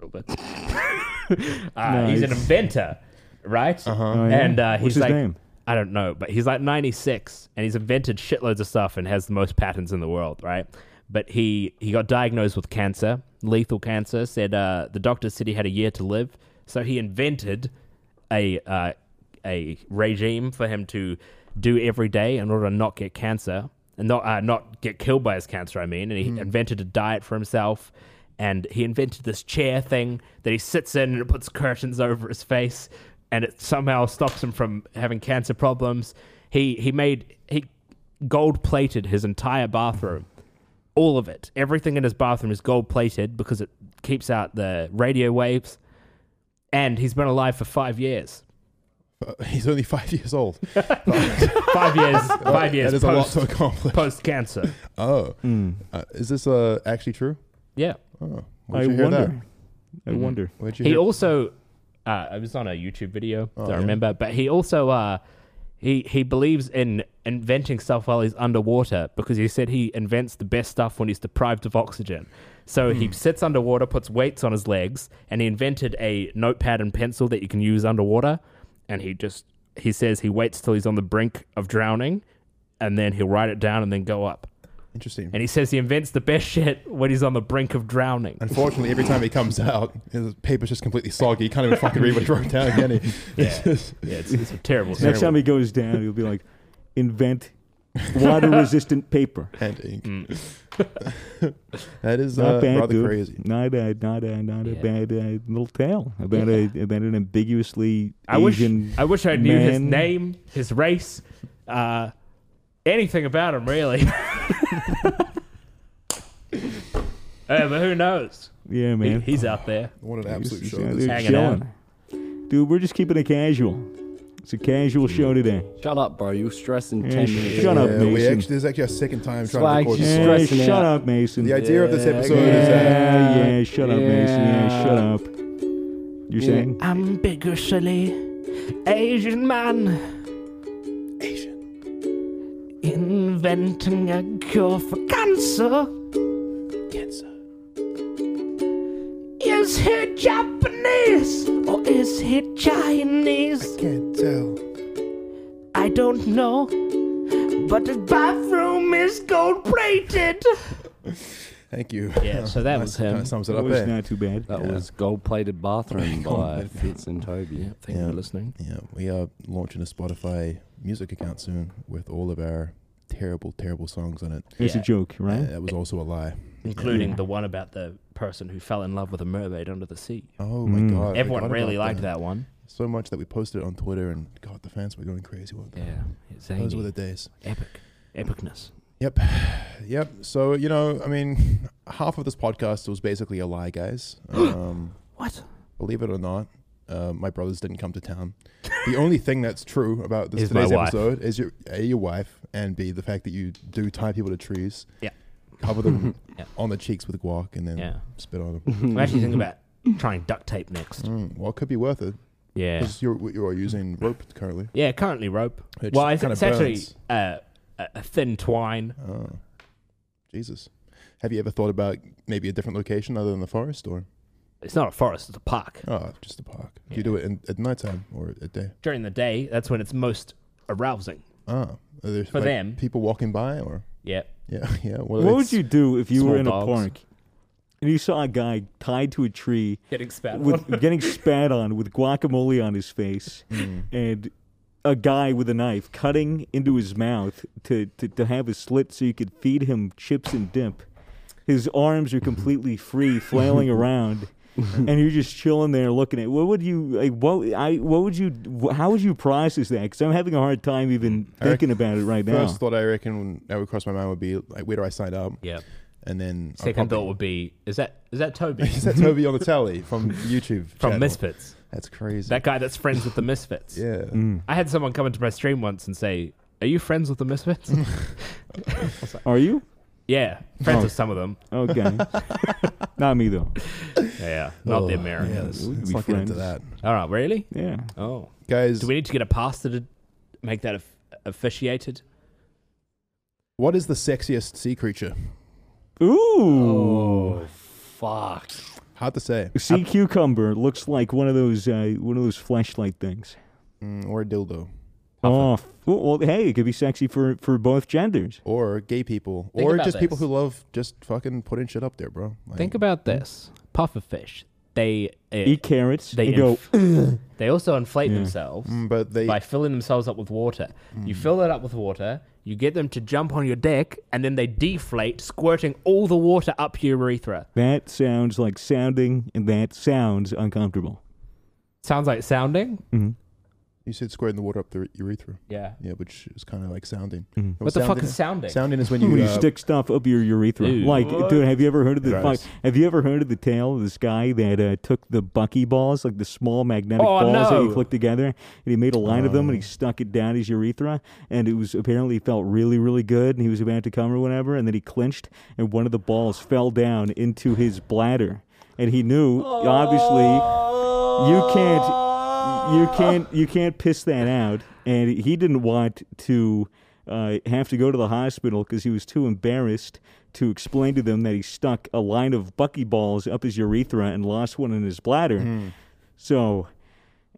A little bit. uh,
Ah,
he's an
it's-
inventor, right? Uh-huh.
Oh, yeah?
And uh, he's
What's his
like,
name?
I don't know, but he's like 96, and he's invented shitloads of stuff and has the most patents in the world, right? But he he got diagnosed with cancer, lethal cancer. Said uh, the doctor said he had a year to live, so he invented a uh, a regime for him to do every day in order to not get cancer and not uh, not get killed by his cancer. I mean, and
Hmm.
he invented a diet for himself. And he invented this chair thing that he sits in and it puts curtains over his face and it somehow stops him from having cancer problems. He he made he gold plated his entire bathroom. All of it. Everything in his bathroom is gold plated because it keeps out the radio waves. And he's been alive for five years.
Uh, [LAUGHS] he's only five years
[LAUGHS]
old.
Five
[LAUGHS]
years. five
That
years
is a lot
post,
to
[LAUGHS]
accomplish.
post cancer.
Oh.
mm.
Uh, is this uh, actually true?
Yeah.
Oh.
I
Where'd you hear that?
wonder. I wonder.
Where'd you
He
hear-
also, uh, it was on a YouTube video.
Oh,
don't
yeah.
remember, but he also uh, He he believes in inventing stuff while he's underwater because he said he invents the best stuff when he's deprived of oxygen. So
Hmm.
he sits underwater, puts weights on his legs, and he invented a notepad and pencil that you can use underwater. And he just he says he waits till he's on the brink of drowning, and then he'll write it down and then go up.
Interesting.
And he says he invents the best [LAUGHS] shit when he's on the brink of
[LAUGHS]
drowning.
Unfortunately, every time he comes out, his paper's just completely soggy. You can't even fucking read what he wrote down, can he? It's [LAUGHS] just-
[LAUGHS] Yeah, it's, it's a terrible.
Next
story.
time he goes down, he'll be like, invent water
[LAUGHS]
resistant paper.
and ink.
Mm.
[LAUGHS] that is
Not
uh,
bad,
rather
dude.
crazy.
Not a not a not a
Yeah.
bad uh, little tale about a about an ambiguously
I wish
Asian.
I wish I knew his
man.
name, his race, uh, anything about him really. [LAUGHS] Uh, but who knows?
yeah,
He-
man.
he's out there.
What an
He's-
absolute
he's
show.
out
this
there
is.
Hanging
chilling. Dude, we're just keeping it casual. It's a casual show today.
Shut up, bro. You're stressing
Yeah,
10
sh-
minutes.
shut up,
Yeah,
Mason.
we actually, this is actually our second time trying
Swag,
to record
you
this.
Yeah,
stressing
shut
out.
up, Mason.
The idea of this
Yeah,
episode
yeah,
is that
yeah, shut up, Mason. Yeah, shut up. You're
Yeah.
saying?
Ambiguously Asian man
Asian.
inventing a cure for cancer. Is he Japanese or is he Chinese?
Can't tell.
I don't know. But the bathroom is gold plated.
Thank you. [LAUGHS]
Yeah, so that was him.
Kind of sums it
That
up eh? Uh,
was
there.
not too bad.
That was Gold Plated Bathroom by Fitz and Toby.
Thank
you for Yeah.
listening.
Yeah, we are launching a Spotify music account soon with all of our terrible, terrible songs on it.
It's
Yeah.
a joke, right?
Uh, that was also a lie.
Including
Yeah.
the one about the person who fell in love with a mermaid under the sea.
Oh my
Mm.
god! I
Everyone
forgot
really
about
liked that one.
so much that we posted it on Twitter, and God, the fans were going crazy. With
Yeah. It's
Those were the days.
Epic. Epicness.
Yep, yep. So you know, I mean, half of this podcast was basically a lie,
[GASPS]
guys. Um,
What?
believe it or not, uh, my brothers didn't come to town. The only thing that's true about this
Is my
today's
wife.
episode is your a your wife and b the fact that you do tie people to trees.
Yeah.
Cover them
[LAUGHS] Yeah.
on the cheeks with guac and then
Yeah.
spit on
[LAUGHS]
them.
I'm actually
[LAUGHS]
thinking about trying duct tape next.
Mm, well, it could be worth it
Yeah.
because you're you're using rope currently.
Yeah, currently rope.
It just
well, I think
kinda
it's actually
burns.
uh, a a thin twine.
Oh, Jesus. Have you ever thought about maybe a different location other than the forest or?
It's not a forest, it's a park.
Oh, just the park. Do
Yeah.
you do it in, at nighttime or at day?
During the day, that's when it's most arousing.
Ah, are there,
For
like,
them.
people walking by or [LAUGHS]
Yeah.
yeah, yeah. Well,
What would
it's-
you do if you
small
were in a
dogs.
park and you saw a guy tied to a tree
Getting spat
with getting spat on with guacamole on his face and a guy with a knife cutting into his mouth to, to, to have a slit so you could feed him chips and dip. His arms are completely free, flailing around. and you're just chilling there, looking at what would you like? What I what would you? How would you process that? Because I'm having a hard time even thinking about it right now.
First thought I reckon that would cross my mind would be like, where do I sign up?
Yeah.
And then I'll
Second thought
probably-
would be, is that is that [LAUGHS]
[LAUGHS]
Toby
Is that Toby on the telly
[LAUGHS]
from YouTube?
from
channel?
Misfits?
That's crazy.
That guy that's friends with the Misfits.
yeah.
Mm. Hmm.
I had someone come into my stream once and say, "Are you friends with the Misfits?" I was like,
Are you?
yeah, friends
Oh.
with some of them.
Okay. Not me though.
Yeah, not their
Oh,
marriage.
Yeah, let's,
We'd
let's
be
not get into
friends.
that,
All right, really?
Yeah.
Oh,
guys.
do we need to get a pastor to make that of- officiated?
what is the sexiest sea creature?
Ooh.
Fuck.
Hard to say.
Sea cucumber looks like one of those uh, one of those flashlight things.
Mm, or a dildo,
Oh, f- well, hey, it could be sexy for for both genders.
or gay people,
Think
or
about
just people
this.
who love just fucking putting shit up there, bro. Like,
Think about this: pufferfish. They uh,
Eat carrots.
they
and go.
inf- they also inflate
Yeah.
themselves.
Mm, but they
by filling themselves up with water. You fill that up with water, you get them to jump on your deck, and then they deflate, squirting all the water up your urethra.
That sounds like sounding, and that sounds uncomfortable.
Sounds like sounding?
you said squirting the water up the urethra.
Yeah.
Yeah, which is kind of like sounding. Well,
What the fuck
sounding-
is sounding?
Sounding is when you,
Mm-hmm. [LAUGHS] When you
uh,
stick stuff up your urethra,
Ew.
like,
What?
dude, have you ever heard of the
Gross.
have you ever heard of the tale of this guy that uh, took the bucky balls, like the small magnetic
Oh,
balls that
no. Oh.
he clicked together, and he made a line of them, and he stuck it down his urethra, and it was apparently felt really, really good, and he was about to come or whatever, and then he clinched, and one of the balls fell down into his bladder, and he knew obviously you can't you can't you can't piss that out and he didn't want to uh, have to go to the hospital because he was too embarrassed to explain to them that he stuck a line of buckyballs up his urethra and lost one in his bladder.
Hmm.
So,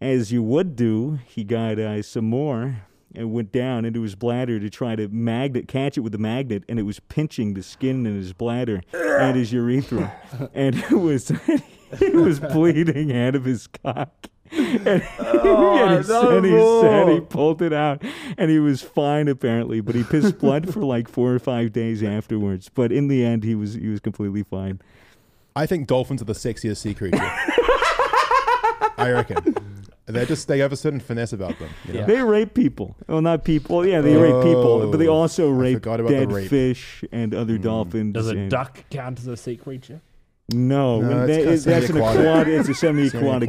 as you would do, he got uh, some more and went down into his bladder to try to magnet catch it with the magnet, and it was pinching the skin in his bladder and his urethra, and it was [LAUGHS] it was bleeding out of his cock. And, [LAUGHS] and he, said, he said he pulled it out, and he was fine apparently, but he pissed blood for like four or five days afterwards. But in the end, he was he was completely fine.
I think dolphins are the sexiest sea creature. I reckon. They just they have a certain finesse about them. You know?
Yeah.
[LAUGHS] They rape people. Well, not people. Yeah, they rape people, but they
Oh,
also
I
rape
forgot about the
dead
rape. Mm.
fish and other dolphins.
Does a
and-
duck count as a sea creature?
No,
No,
when
it's
they-
kinda
it- that's an
semi-aquatic.
aquatic. It's a semi-aquatic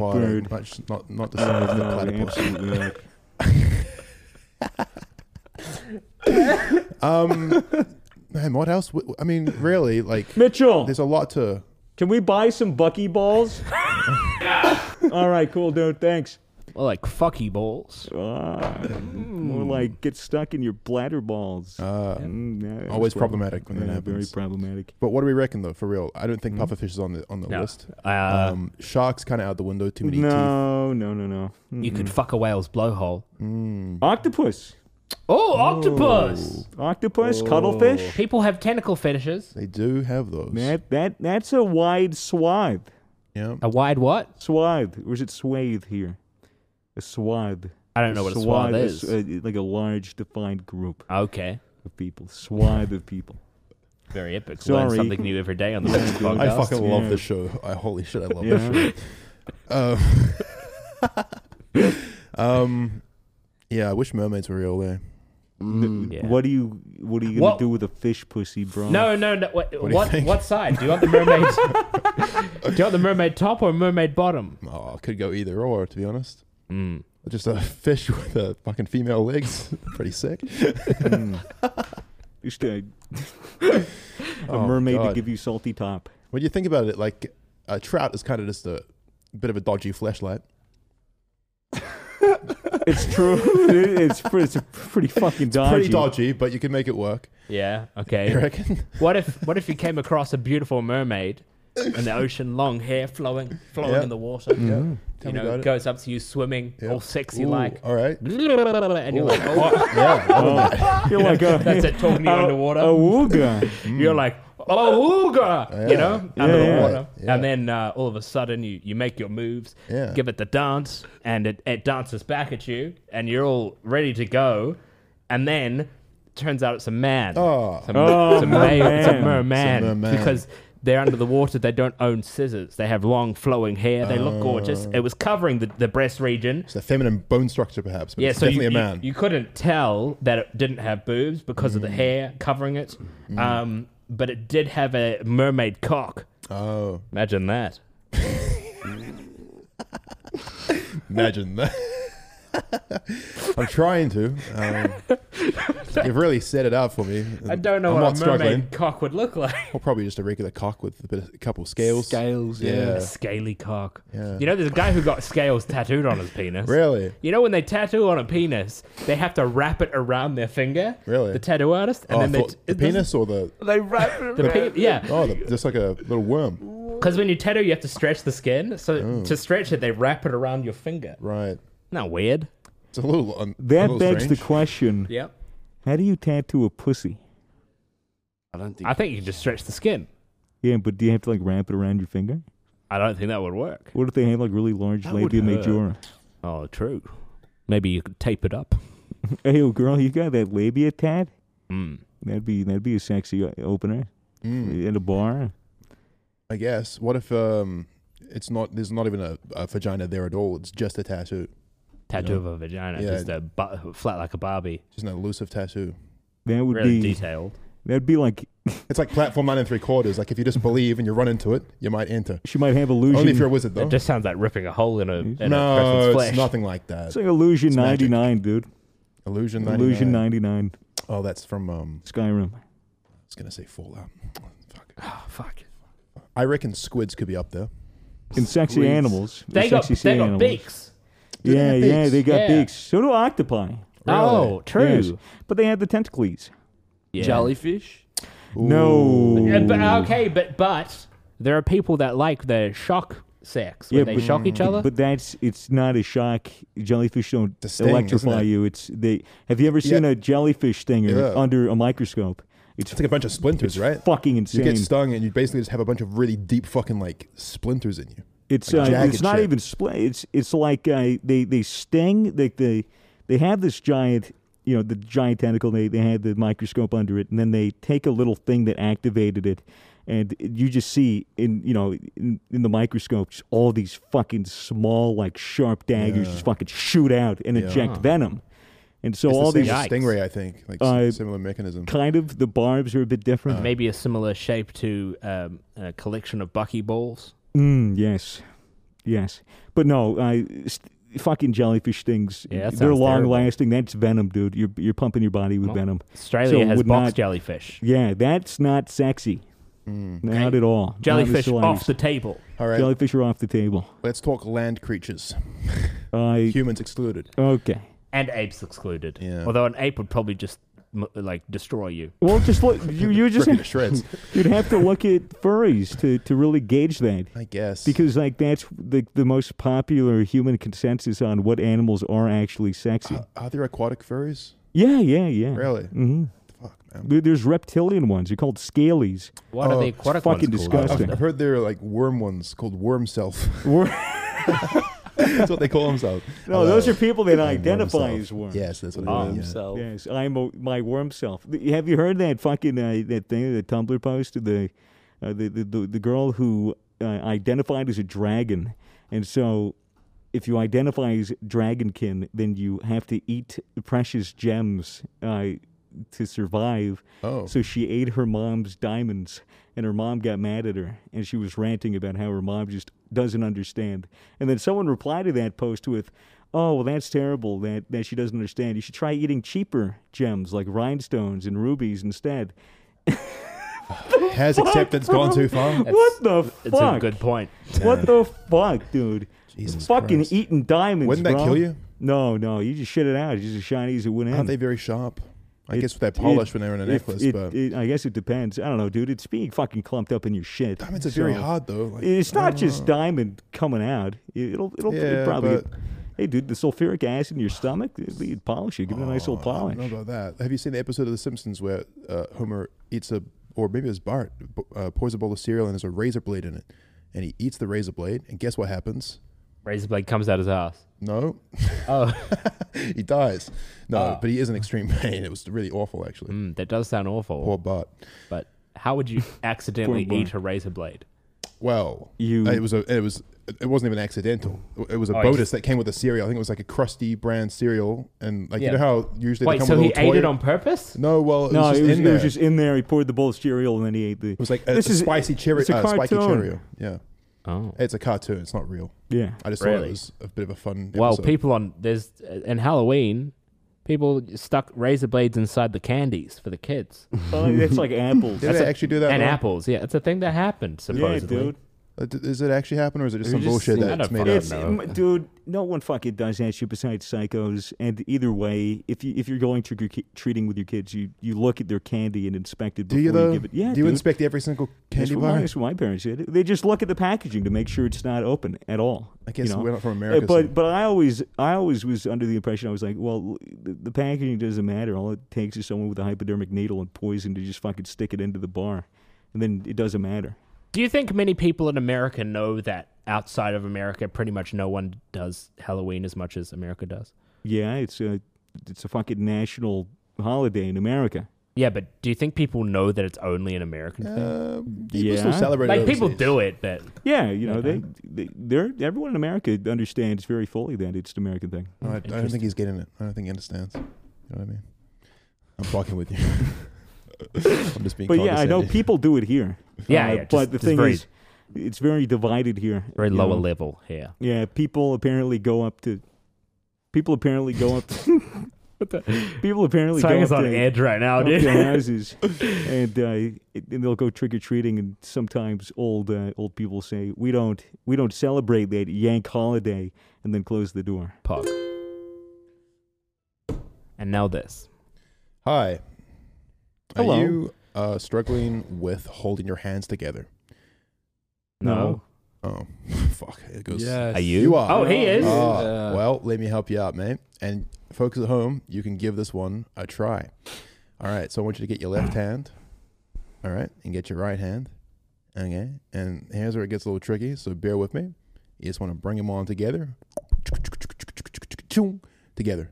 [LAUGHS] Semi-aquatic, [LAUGHS]
bird. Oh,
Not, just- not, not the same as the
No,
platypus. [LAUGHS]
absolutely not.
Um, man, what else? W- I mean, really, like,
Mitchell,
there's a lot to.
can we buy some bucky
[LAUGHS]
balls? All right, cool, dude. Thanks.
Well, like fucky balls.
Ah,
Mm.
more like get stuck in your bladder balls.
Uh,
Mm, yeah, that's
always
what-
problematic when that
yeah, Very Hmm?
happens.
problematic.
But what do we reckon, though? For real, I don't think pufferfish is on the on the
No.
list.
Uh,
Um, sharks kind of out the window. Too many
No, no, no, no. Hmm.
you could fuck a whale's blowhole.
Mm.
Octopus.
Oh, octopus!
Octopus,
Oh.
cuttlefish.
People have tentacle fetishes.
teeth. They do have those.
That that that's a wide swathe.
Yeah.
A wide what?
Swathe, or is it swathe here? A swathe.
I don't know what a swathe is.
uh, like a large defined group
Okay.
of people. Swathe of
[LAUGHS]
people.
Very epic. Learn
Sorry.
something new every day [LAUGHS] on the podcast.
I fucking love
yeah.
this show. I holy shit, I love this show.
Yeah.
Um, um, yeah, I wish mermaids were real there.
Mm,
Mm.
yeah.
What do you What are you gonna
What-
do with a fish pussy, bro? [LAUGHS]
No, no, no. What?
Oh. do
What,
you
what,
think?
side? Do you want
[LAUGHS]
the mermaid? do you want the mermaid top or mermaid bottom?
Oh, I could go either or, to be honest.
Mm.
Just a [LAUGHS] fish with a fucking female legs. [LAUGHS] Pretty sick.
Hmm.
[LAUGHS]
Just a, a
Oh,
mermaid to
God.
give you salty top.
When you think about it, like a trout is kind of just a bit of a dodgy flashlight.
It's true. [LAUGHS] it's pre- it's pretty fucking dodgy.
Pretty dodgy, but you can make it work. [LAUGHS]
Yeah.
You
Okay.
reckon?
What if? What if you came across a beautiful mermaid in the ocean, long hair flowing, flowing
Yeah. Mm-hmm.
in the water?
Yeah. Tell
You
me
know,
about it.
goes up to you swimming,
Yeah.
all sexy
Ooh,
like.
All right.
And you're like, oh,
Yeah.
[LAUGHS]
Oh, you're like a,
that's
[LAUGHS]
it, talking to you
[LAUGHS] a-
underwater. [LAUGHS]
A wooga.
You're like, oh, ooga, you know,
Yeah,
under the
yeah,
water.
yeah.
And then uh, all of a sudden, you, you make your moves,
Yeah.
give it the dance, and it, it dances back at you, and you're all ready to go. And then turns out it's a man.
Oh.
It's a,
Oh,
it's a male. It's a
merman.
merman.
It's a merman.
Because they're under the water, they don't own scissors. They have long flowing hair. They
Oh.
look gorgeous. It was covering the, the breast region.
It's a feminine bone structure, perhaps, but
Yeah,
it's
so you,
definitely
you-
a man. Mm.
You, couldn't tell that it didn't have boobs because of the hair covering it, um, but it did have a mermaid cock.
oh,
Imagine that.
imagine [LAUGHS] that. I'm trying to. Um,
[LAUGHS]
you've really set it out for me.
I don't know
I'm
what
not
a mermaid
struggling.
cock would look like.
Or probably just a regular cock with a, bit of, a couple of scales.
Scales,
Yeah.
yeah.
[LAUGHS] A scaly cock.
Yeah.
You know, there's a guy who got scales tattooed on his penis.
Really?
You know, when they tattoo on a penis, they have to wrap it around their finger.
Really?
The tattoo artist, and
Oh, I
then they
thought
t-
the
it doesn't-
penis or the
They wrap it
The pe- yeah,
oh, the, just like a little worm,
because when you tattoo, you have to stretch the skin. So
Oh.
to stretch it, they wrap it around your finger.
right?
Not weird.
It's a little. Un- a
That
little
begs
strange.
the question:
Yep.
How do you tattoo a pussy?
I don't think.
I think you can just stretch the skin.
Yeah, but do you have to like wrap it around your finger?
I don't think that would work.
What if they have like really large
That would
labia
hurt.
majora?
Oh, true. Maybe you could tape it up.
[LAUGHS] Hey, yo, girl, you got that labia tat? That'd be that'd be a sexy o- opener at a bar.
Hmm, I guess. What if um, it's not? There's not even a, a vagina there at all. It's just a tattoo.
Tattoo of a vagina,
Yeah.
just a bu- flat like a Barbie.
Just an elusive tattoo.
That would
Really
be
detailed.
that'd be like
It's like platform nine and three quarters. Like if you just believe and you run into it, you might enter.
she might have illusion.
Only if you're a
Oh.
wizard, though.
It just sounds like ripping a hole in a, in a
no,
person's
it's
flesh.
nothing like that.
it's like illusion
It's magic.
ninety nine, dude.
Illusion 99.
Illusion ninety nine,
Oh, that's from um.
Skyrim.
I was gonna say Fallout. Fuck.
Oh, fuck.
I reckon squids could be up there.
And sexy
Sweet.
animals.
They got,
sexy sea
they got
animals.
beaks.
Do they
Yeah,
have
yeah,
beaks?
they got
Yeah.
beaks. So do octopi.
Oh, true.
Yes. But they had the tentacles.
Yeah.
Jellyfish.
No.
Yeah, but, uh, okay, but but there are people that like the shock sex. Where
Yeah,
they
but-
shock each other.
But that's it's not a shock. Jellyfish don't
The sting,
electrify
isn't it?
you. It's they. Have you ever seen
Yeah.
a jellyfish stinger
Yeah.
under a microscope? It's
It's like a bunch of splinters, right?
fucking
You
insane.
get stung and you basically just have a bunch of really deep fucking like splinters in you.
It's
Like
uh,
jagged
it's not
shit.
even split. It's it's like uh, they they sting. Like they they have this giant you know the giant tentacle. They they had the microscope under it, and then they take a little thing that activated it, and you just see in you know in, in the microscope just all these fucking small like sharp daggers just fucking shoot out and inject venom, and so
It's
all
the
these
same
these-
with stingray, I think, like s-
Uh,
similar mechanism.
kind of the barbs are a bit different.
Maybe a similar shape to um, a collection of buckyballs.
Mm, yes, yes, but no, I st- fucking jellyfish stings.
Yeah, that
they're
sounds
long
terrible. Oh.
lasting. That's venom, dude. You're you're pumping your body with
Well,
venom.
Australia
So
has
would
box
not-
jellyfish.
Yeah, that's not sexy. Not
Okay.
at all. Not in the
Jellyfish off
slightest.
the table.
All right,
Jellyfish are off the table.
let's talk land creatures.
I
Humans excluded.
okay.
And apes excluded.
Yeah.
Although an ape would probably just m- like destroy you.
Well, just look. You
[LAUGHS]
you just
Rip you to shreds.
you'd have to look at furries to to really gauge that.
I guess.
Because like that's the the most popular human consensus on what animals are actually sexy.
are there aquatic furries?
yeah, yeah, yeah.
Really?
hmm
Fuck, man.
There- There's reptilian ones. They're called scalies.
What
Oh,
are the
it's
aquatic
fucking
ones called?
disgusting.
I've, I've heard there are like worm ones called worm self.
[LAUGHS] Wor-
[LAUGHS] that's what they call themselves.
No, those are people that
Oh. Worm
identify
self.
as worms.
Yes, that's what
by
I mean. [LAUGHS] Yeah.
himself.
Yes, I'm a, my worm self. Th- Have you heard that fucking uh, that thing, the Tumblr post, of the, uh, the, the the the girl who uh, identified as a dragon, and so if you identify as dragonkin, then you have to eat precious gems uh, to survive.
Oh.
So she ate her mom's diamonds, and her mom got mad at her, and she was ranting about how her mom just doesn't understand. And then someone replied to that post with, "Oh, well, that's terrible. That that she doesn't understand. You should try eating cheaper gems like rhinestones and rubies instead."
Has acceptance gone too far?
what the
It's
fuck?
a good point.
What the fuck, dude?
Jesus
fucking
Christ.
eating diamonds.
Wouldn't that
bro.
kill you?
No, no, you just shit it out. It's just as shiny as it went in.
Aren't they very sharp? I
It-
guess they're
it-
polished when they're in a
it-
necklace,
it-
but
it- I guess it depends. I don't know, dude. It's being fucking clumped up in your shit.
diamonds are very
so-
hard though. Like,
It's
I
not
don't
just
know.
diamond coming out. It- It'll it'll it'll
Yeah,
probably.
but-
hey, dude, the sulfuric acid in your stomach, it'd be- it'd polish it. Give it a nice little
Oh, I
polish.
don't know about that. Have you seen the episode of The Simpsons where uh, Homer eats a, or maybe it's Bart, b- uh, pours a bowl of cereal and there's a razor blade in it, and he eats the razor blade, and guess what happens?
Razor blade comes out his ass.
No,
Oh,
[LAUGHS]
Ah.
he dies. No, but he is in extreme [LAUGHS] pain. It was really awful, actually.
mm, that does sound awful.
Poor Bart.
but how
[LAUGHS]
would you accidentally
Poor boy.
eat a razor blade?
Well,
You-
it was a, it was, it wasn't even accidental. It was a
Oh, he
bonus
just-
that came with a cereal. I think it was like a crusty brand cereal, and like you
Yeah.
know how usually
Wait,
they come
so
with a
he
little
ate
toy-
it on purpose?
No, well, it
No,
was just
it was,
in
it
there.
was just in there. He poured the bowl of cereal and then he ate the. It
was like a, a spicy cherry,
It's a
uh, spiky
cartoon.
Cheerio. Yeah,
Oh.
it's a cartoon. It's not real.
Yeah.
I just thought it
Really?
was a bit of a fun.
Well,
episode.
people on there's uh, in Halloween, people stuck razor blades inside the candies for
[LAUGHS]
the kids
Oh, that's like apples.
did they actually do that?
and
though?
apples. Yeah, it's a thing that happened
yeah,
supposedly.
dude.
Uh, d- Does it actually happen, or is it just
It
some
was just
bullshit
seen-
I
that's
don't
made
fucking
up?
It's,
know.
m- dude, no one fucking does that shit besides psychos. And either way, if you if you're going trick or treating with your kids, you, you look at their candy and inspect it
Do
before
you though?
give it. Yeah,
Do you
dude.
inspect every single
That's
candy
what, my,
bar?
that's what my parents did. They just look at the packaging to make sure it's not open at all.
I guess
you know?
we're not from
Uh,
America.
But
so-
but I always I always was under the impression I was like, well, the, the packaging doesn't matter. All it takes is someone with a hypodermic needle and poison to just fucking stick it into the bar, and then it doesn't matter.
Do you think many people in America know that outside of America, pretty much no one does Halloween as much as America does?
Yeah, it's a it's a fucking national holiday in America.
Yeah, but do you think people know that it's only an American thing?
Uh, people still
Yeah.
celebrate.
Like
overseas.
people do it, but
Yeah, you know they, they they're everyone in America understands very fully that it's an American thing.
No, I, I don't think he's getting it. I don't think he understands. You know what I mean? I'm fucking with you. [LAUGHS] I'm just being.
But yeah, I know
condescending.
people do it here.
[LAUGHS] Yeah, yeah,
Uh, but
just-
the
just
thing
very-
is, it's very divided here.
very
you
lower
know.
level here.
Yeah, people apparently go up to. People
[LAUGHS]
apparently go up. To, people apparently go up
Tiger's on
to,
edge right now,
up to
dude. [LAUGHS]
houses, and, uh, and they'll go trick or treating. And sometimes old uh, old people say, "We don't we don't celebrate that Yank holiday," and then close the door.
Pog. And now this.
Hi.
Hello.
Are you uh, struggling with holding your hands together?
No.
Oh, [LAUGHS] fuck. It goes.
Yes.
Are you?
You are.
Oh, he is.
Ah,
Yeah.
well, let me help you out, mate. And folks at home, you can give this one a try. All right. So I want you to get your
[COUGHS]
left hand. All right. And get your right hand. Okay. And here's where it gets a little tricky. So bear with me. You just want to bring them on together. Together.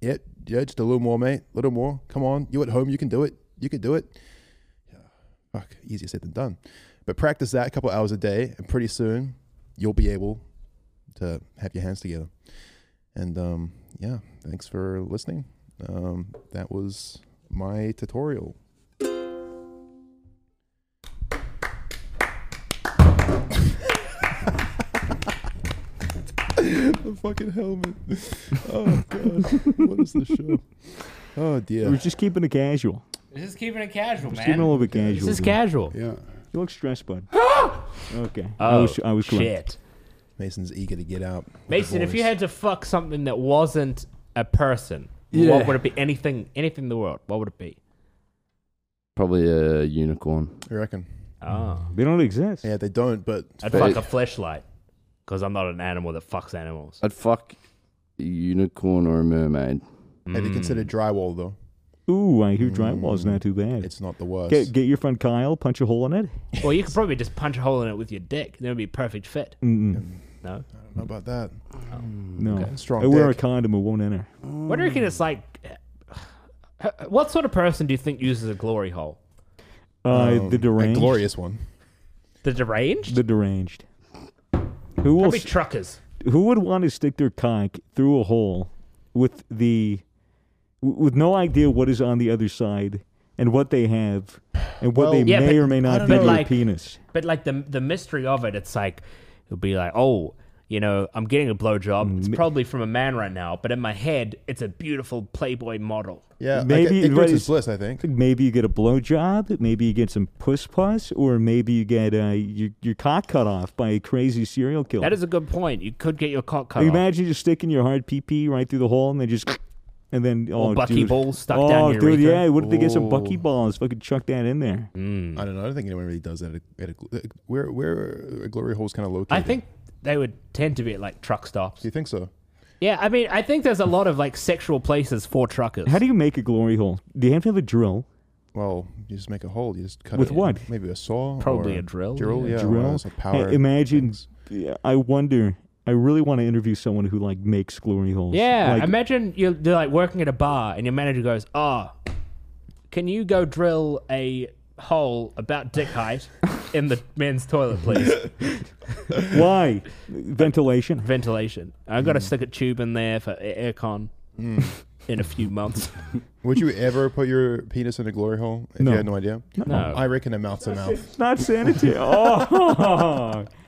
Yep. Yeah. Just a little more, mate. A little more. Come on. You at home. You can do it. You can do it. Yeah. Fuck. Easier said than done. But practice that a couple hours a day. And pretty soon you'll be able to have your hands together. And um, yeah, thanks for listening. Um, that was my tutorial. [LAUGHS] the fucking helmet. Oh god, what is this show? Oh
We We're
dear.
just keeping it casual.
This is keeping it casual,
Just keeping it a little bit casual.
This is
dude.
casual.
Yeah.
You look stressed,
[GASPS]
bud. okay. I
Oh,
was, I was correct.
shit.
Mason's eager to get out.
Mason, if you
Voice.
had to fuck something that wasn't a person,
Yeah.
what would it be? Anything, anything in the world. What would it be?
Probably a unicorn.
I reckon.
Oh,
They don't exist.
Yeah, they don't, but
I'd
Fake.
fuck a fleshlight because I'm not an animal that fucks animals.
I'd fuck a unicorn or a mermaid.
have you
Mm.
considered drywall though?
Ooh, I hear drywall's not too bad.
Mm. It's not the worst.
Get, get your friend Kyle, punch a hole in it.
Well, you could probably just punch a hole in it with your dick. That would be a perfect fit.
Mm-mm.
No.
I don't know about that.
No.
Mm, Strong
I wear a
dick.
condom, it won't enter.
What do you reckon it's like? [SIGHS] What sort of person do you think uses a glory hole?
Uh,
Um,
the deranged.
A glorious one.
The deranged?
The deranged. Who will?
Probably
s-
truckers.
who would want to stick their cock through a hole with the w- with no idea what is on the other side and what they have and what
Well,
they
Yeah,
may
but-
or may
I
not
don't
be
know.
their
Like-
penis?
But like the the mystery of it, it's like it'll be like, oh, you know, I'm getting a blowjob. It's probably from a man right now, but in my head, it's a beautiful Playboy model.
Yeah,
Maybe
maybe like, ignorance
it
is bliss. I think.
Maybe you get a blowjob, maybe you get some puss puss, or maybe you get uh, your, your cock cut off by a crazy serial killer.
That is a good point. You could get your cock cut off.
Imagine just sticking your hard pee pee right through the hole and then just. And then, oh,
bucky
dude.
balls stuck
oh,
down your
dude,
urethra. Mm.
yeah. What if they get some
Ooh.
bucky balls? Fucking chuck that in there.
I don't know. I don't think anyone really does that. At a, at a, gl- where where a glory hole is kind of located.
I think they would tend to be at like truck stops.
Do you think so?
Yeah, I mean, I think there's a lot of like sexual places for truckers.
How do you make a glory hole? Do you have to have a drill?
Well, you just make a hole. You just cut
With
it.
what?
Maybe a saw.
Probably
or
a drill,
Drill,
yeah.
yeah.
Drill?
Drill. Like power.
Hey, imagine.
things.
I wonder. I really want to interview someone who like makes glory holes.
Yeah,
Like,
imagine you're, you're like working at a bar and your manager goes, "Ah, can you go drill a hole about dick height in the [LAUGHS] men's toilet,
[LAUGHS]
please?
why ventilation?
Ventilation. I've got
Hmm.
to stick a tube in there for a- aircon [LAUGHS] in a few
[LAUGHS]
months."
Would you ever put your penis in a glory hole if
No.
you had no idea?
No.
I reckon a mouth to mouth.
[LAUGHS]
It's not sanitary. oh, [LAUGHS]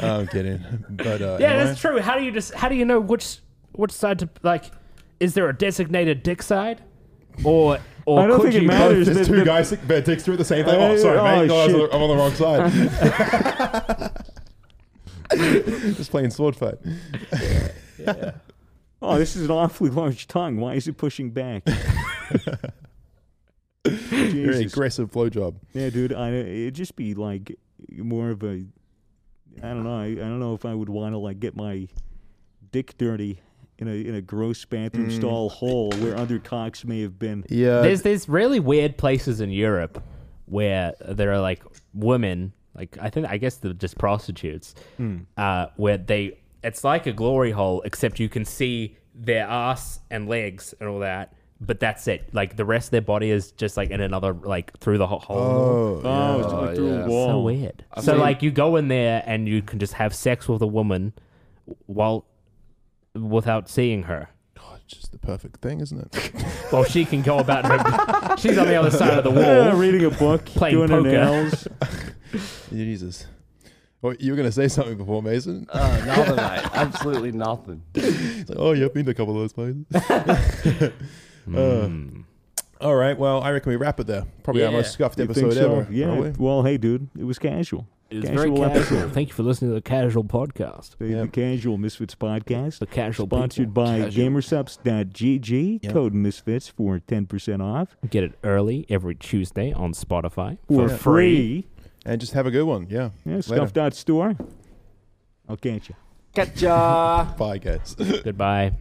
Oh, I'm kidding. But uh,
yeah,
am
that's
I?
true. How do you just? How do you know which which side to like? Is there a designated dick side, or or
I don't
could
think it
you
matters.
There's
The-
two
the-
guys that that dicks through at the same time.
Uh,
Oh, sorry,
oh,
mate. No, I was on
shit.
the- I'm on the wrong side.
[LAUGHS]
Just playing sword fight.
oh, this is an awfully large tongue. Why is it pushing
[LAUGHS]
back?
Very
Jesus.
aggressive blowjob.
Yeah, dude. I, it'd just be like more of a. I don't know. I, I don't know if I would want to like get my dick dirty in a in a gross bathroom stall hole where other cocks may have been.
Mm. Yeah.
there's there's really weird places in Europe where there are like women, like I think I guess they're just prostitutes, uh, where they it's like a glory hole except you can see their ass and legs and all that, but that's it. Like the rest of their body is just like in another like through the ho- hole.
oh,
Oh, it's
Oh,
like through
yeah.
a wall.
So weird. so
seen-
like you go in there and you can just have sex with a woman while without seeing her.
It's just the perfect thing, isn't it?
[LAUGHS]
Well, she can go about her. [LAUGHS] She's on the other side of the wall.
Yeah, reading a
[LAUGHS]
book,
Playing
doing
poker.
her nails.
Jesus. Well, you were going to say something before, Mason.
Uh, nothing, mate. Absolutely nothing.
It's like, oh, yeah, I've been to a couple of those places. Uh, All right. Well, I reckon we wrap it there. Probably our
Yeah.
most scuffed [LAUGHS]
You
episode
think so?
ever.
Yeah.
probably.
Well, hey, dude, it was casual.
It was
Casual
very casual.
episode.
Thank you for listening to the casual podcast.
The,
Yeah.
the Casual Misfits podcast.
The casual
Sponsored
people.
by
Casual.
gamersups.gg.
Yeah.
Code Misfits for 10% off.
Get it early every Tuesday on Spotify
For free.
And just have a good one. Yeah.
Yeah,
Later.
stuff.store. I'll catch you.
Gotcha.
Bye, guys.
Goodbye.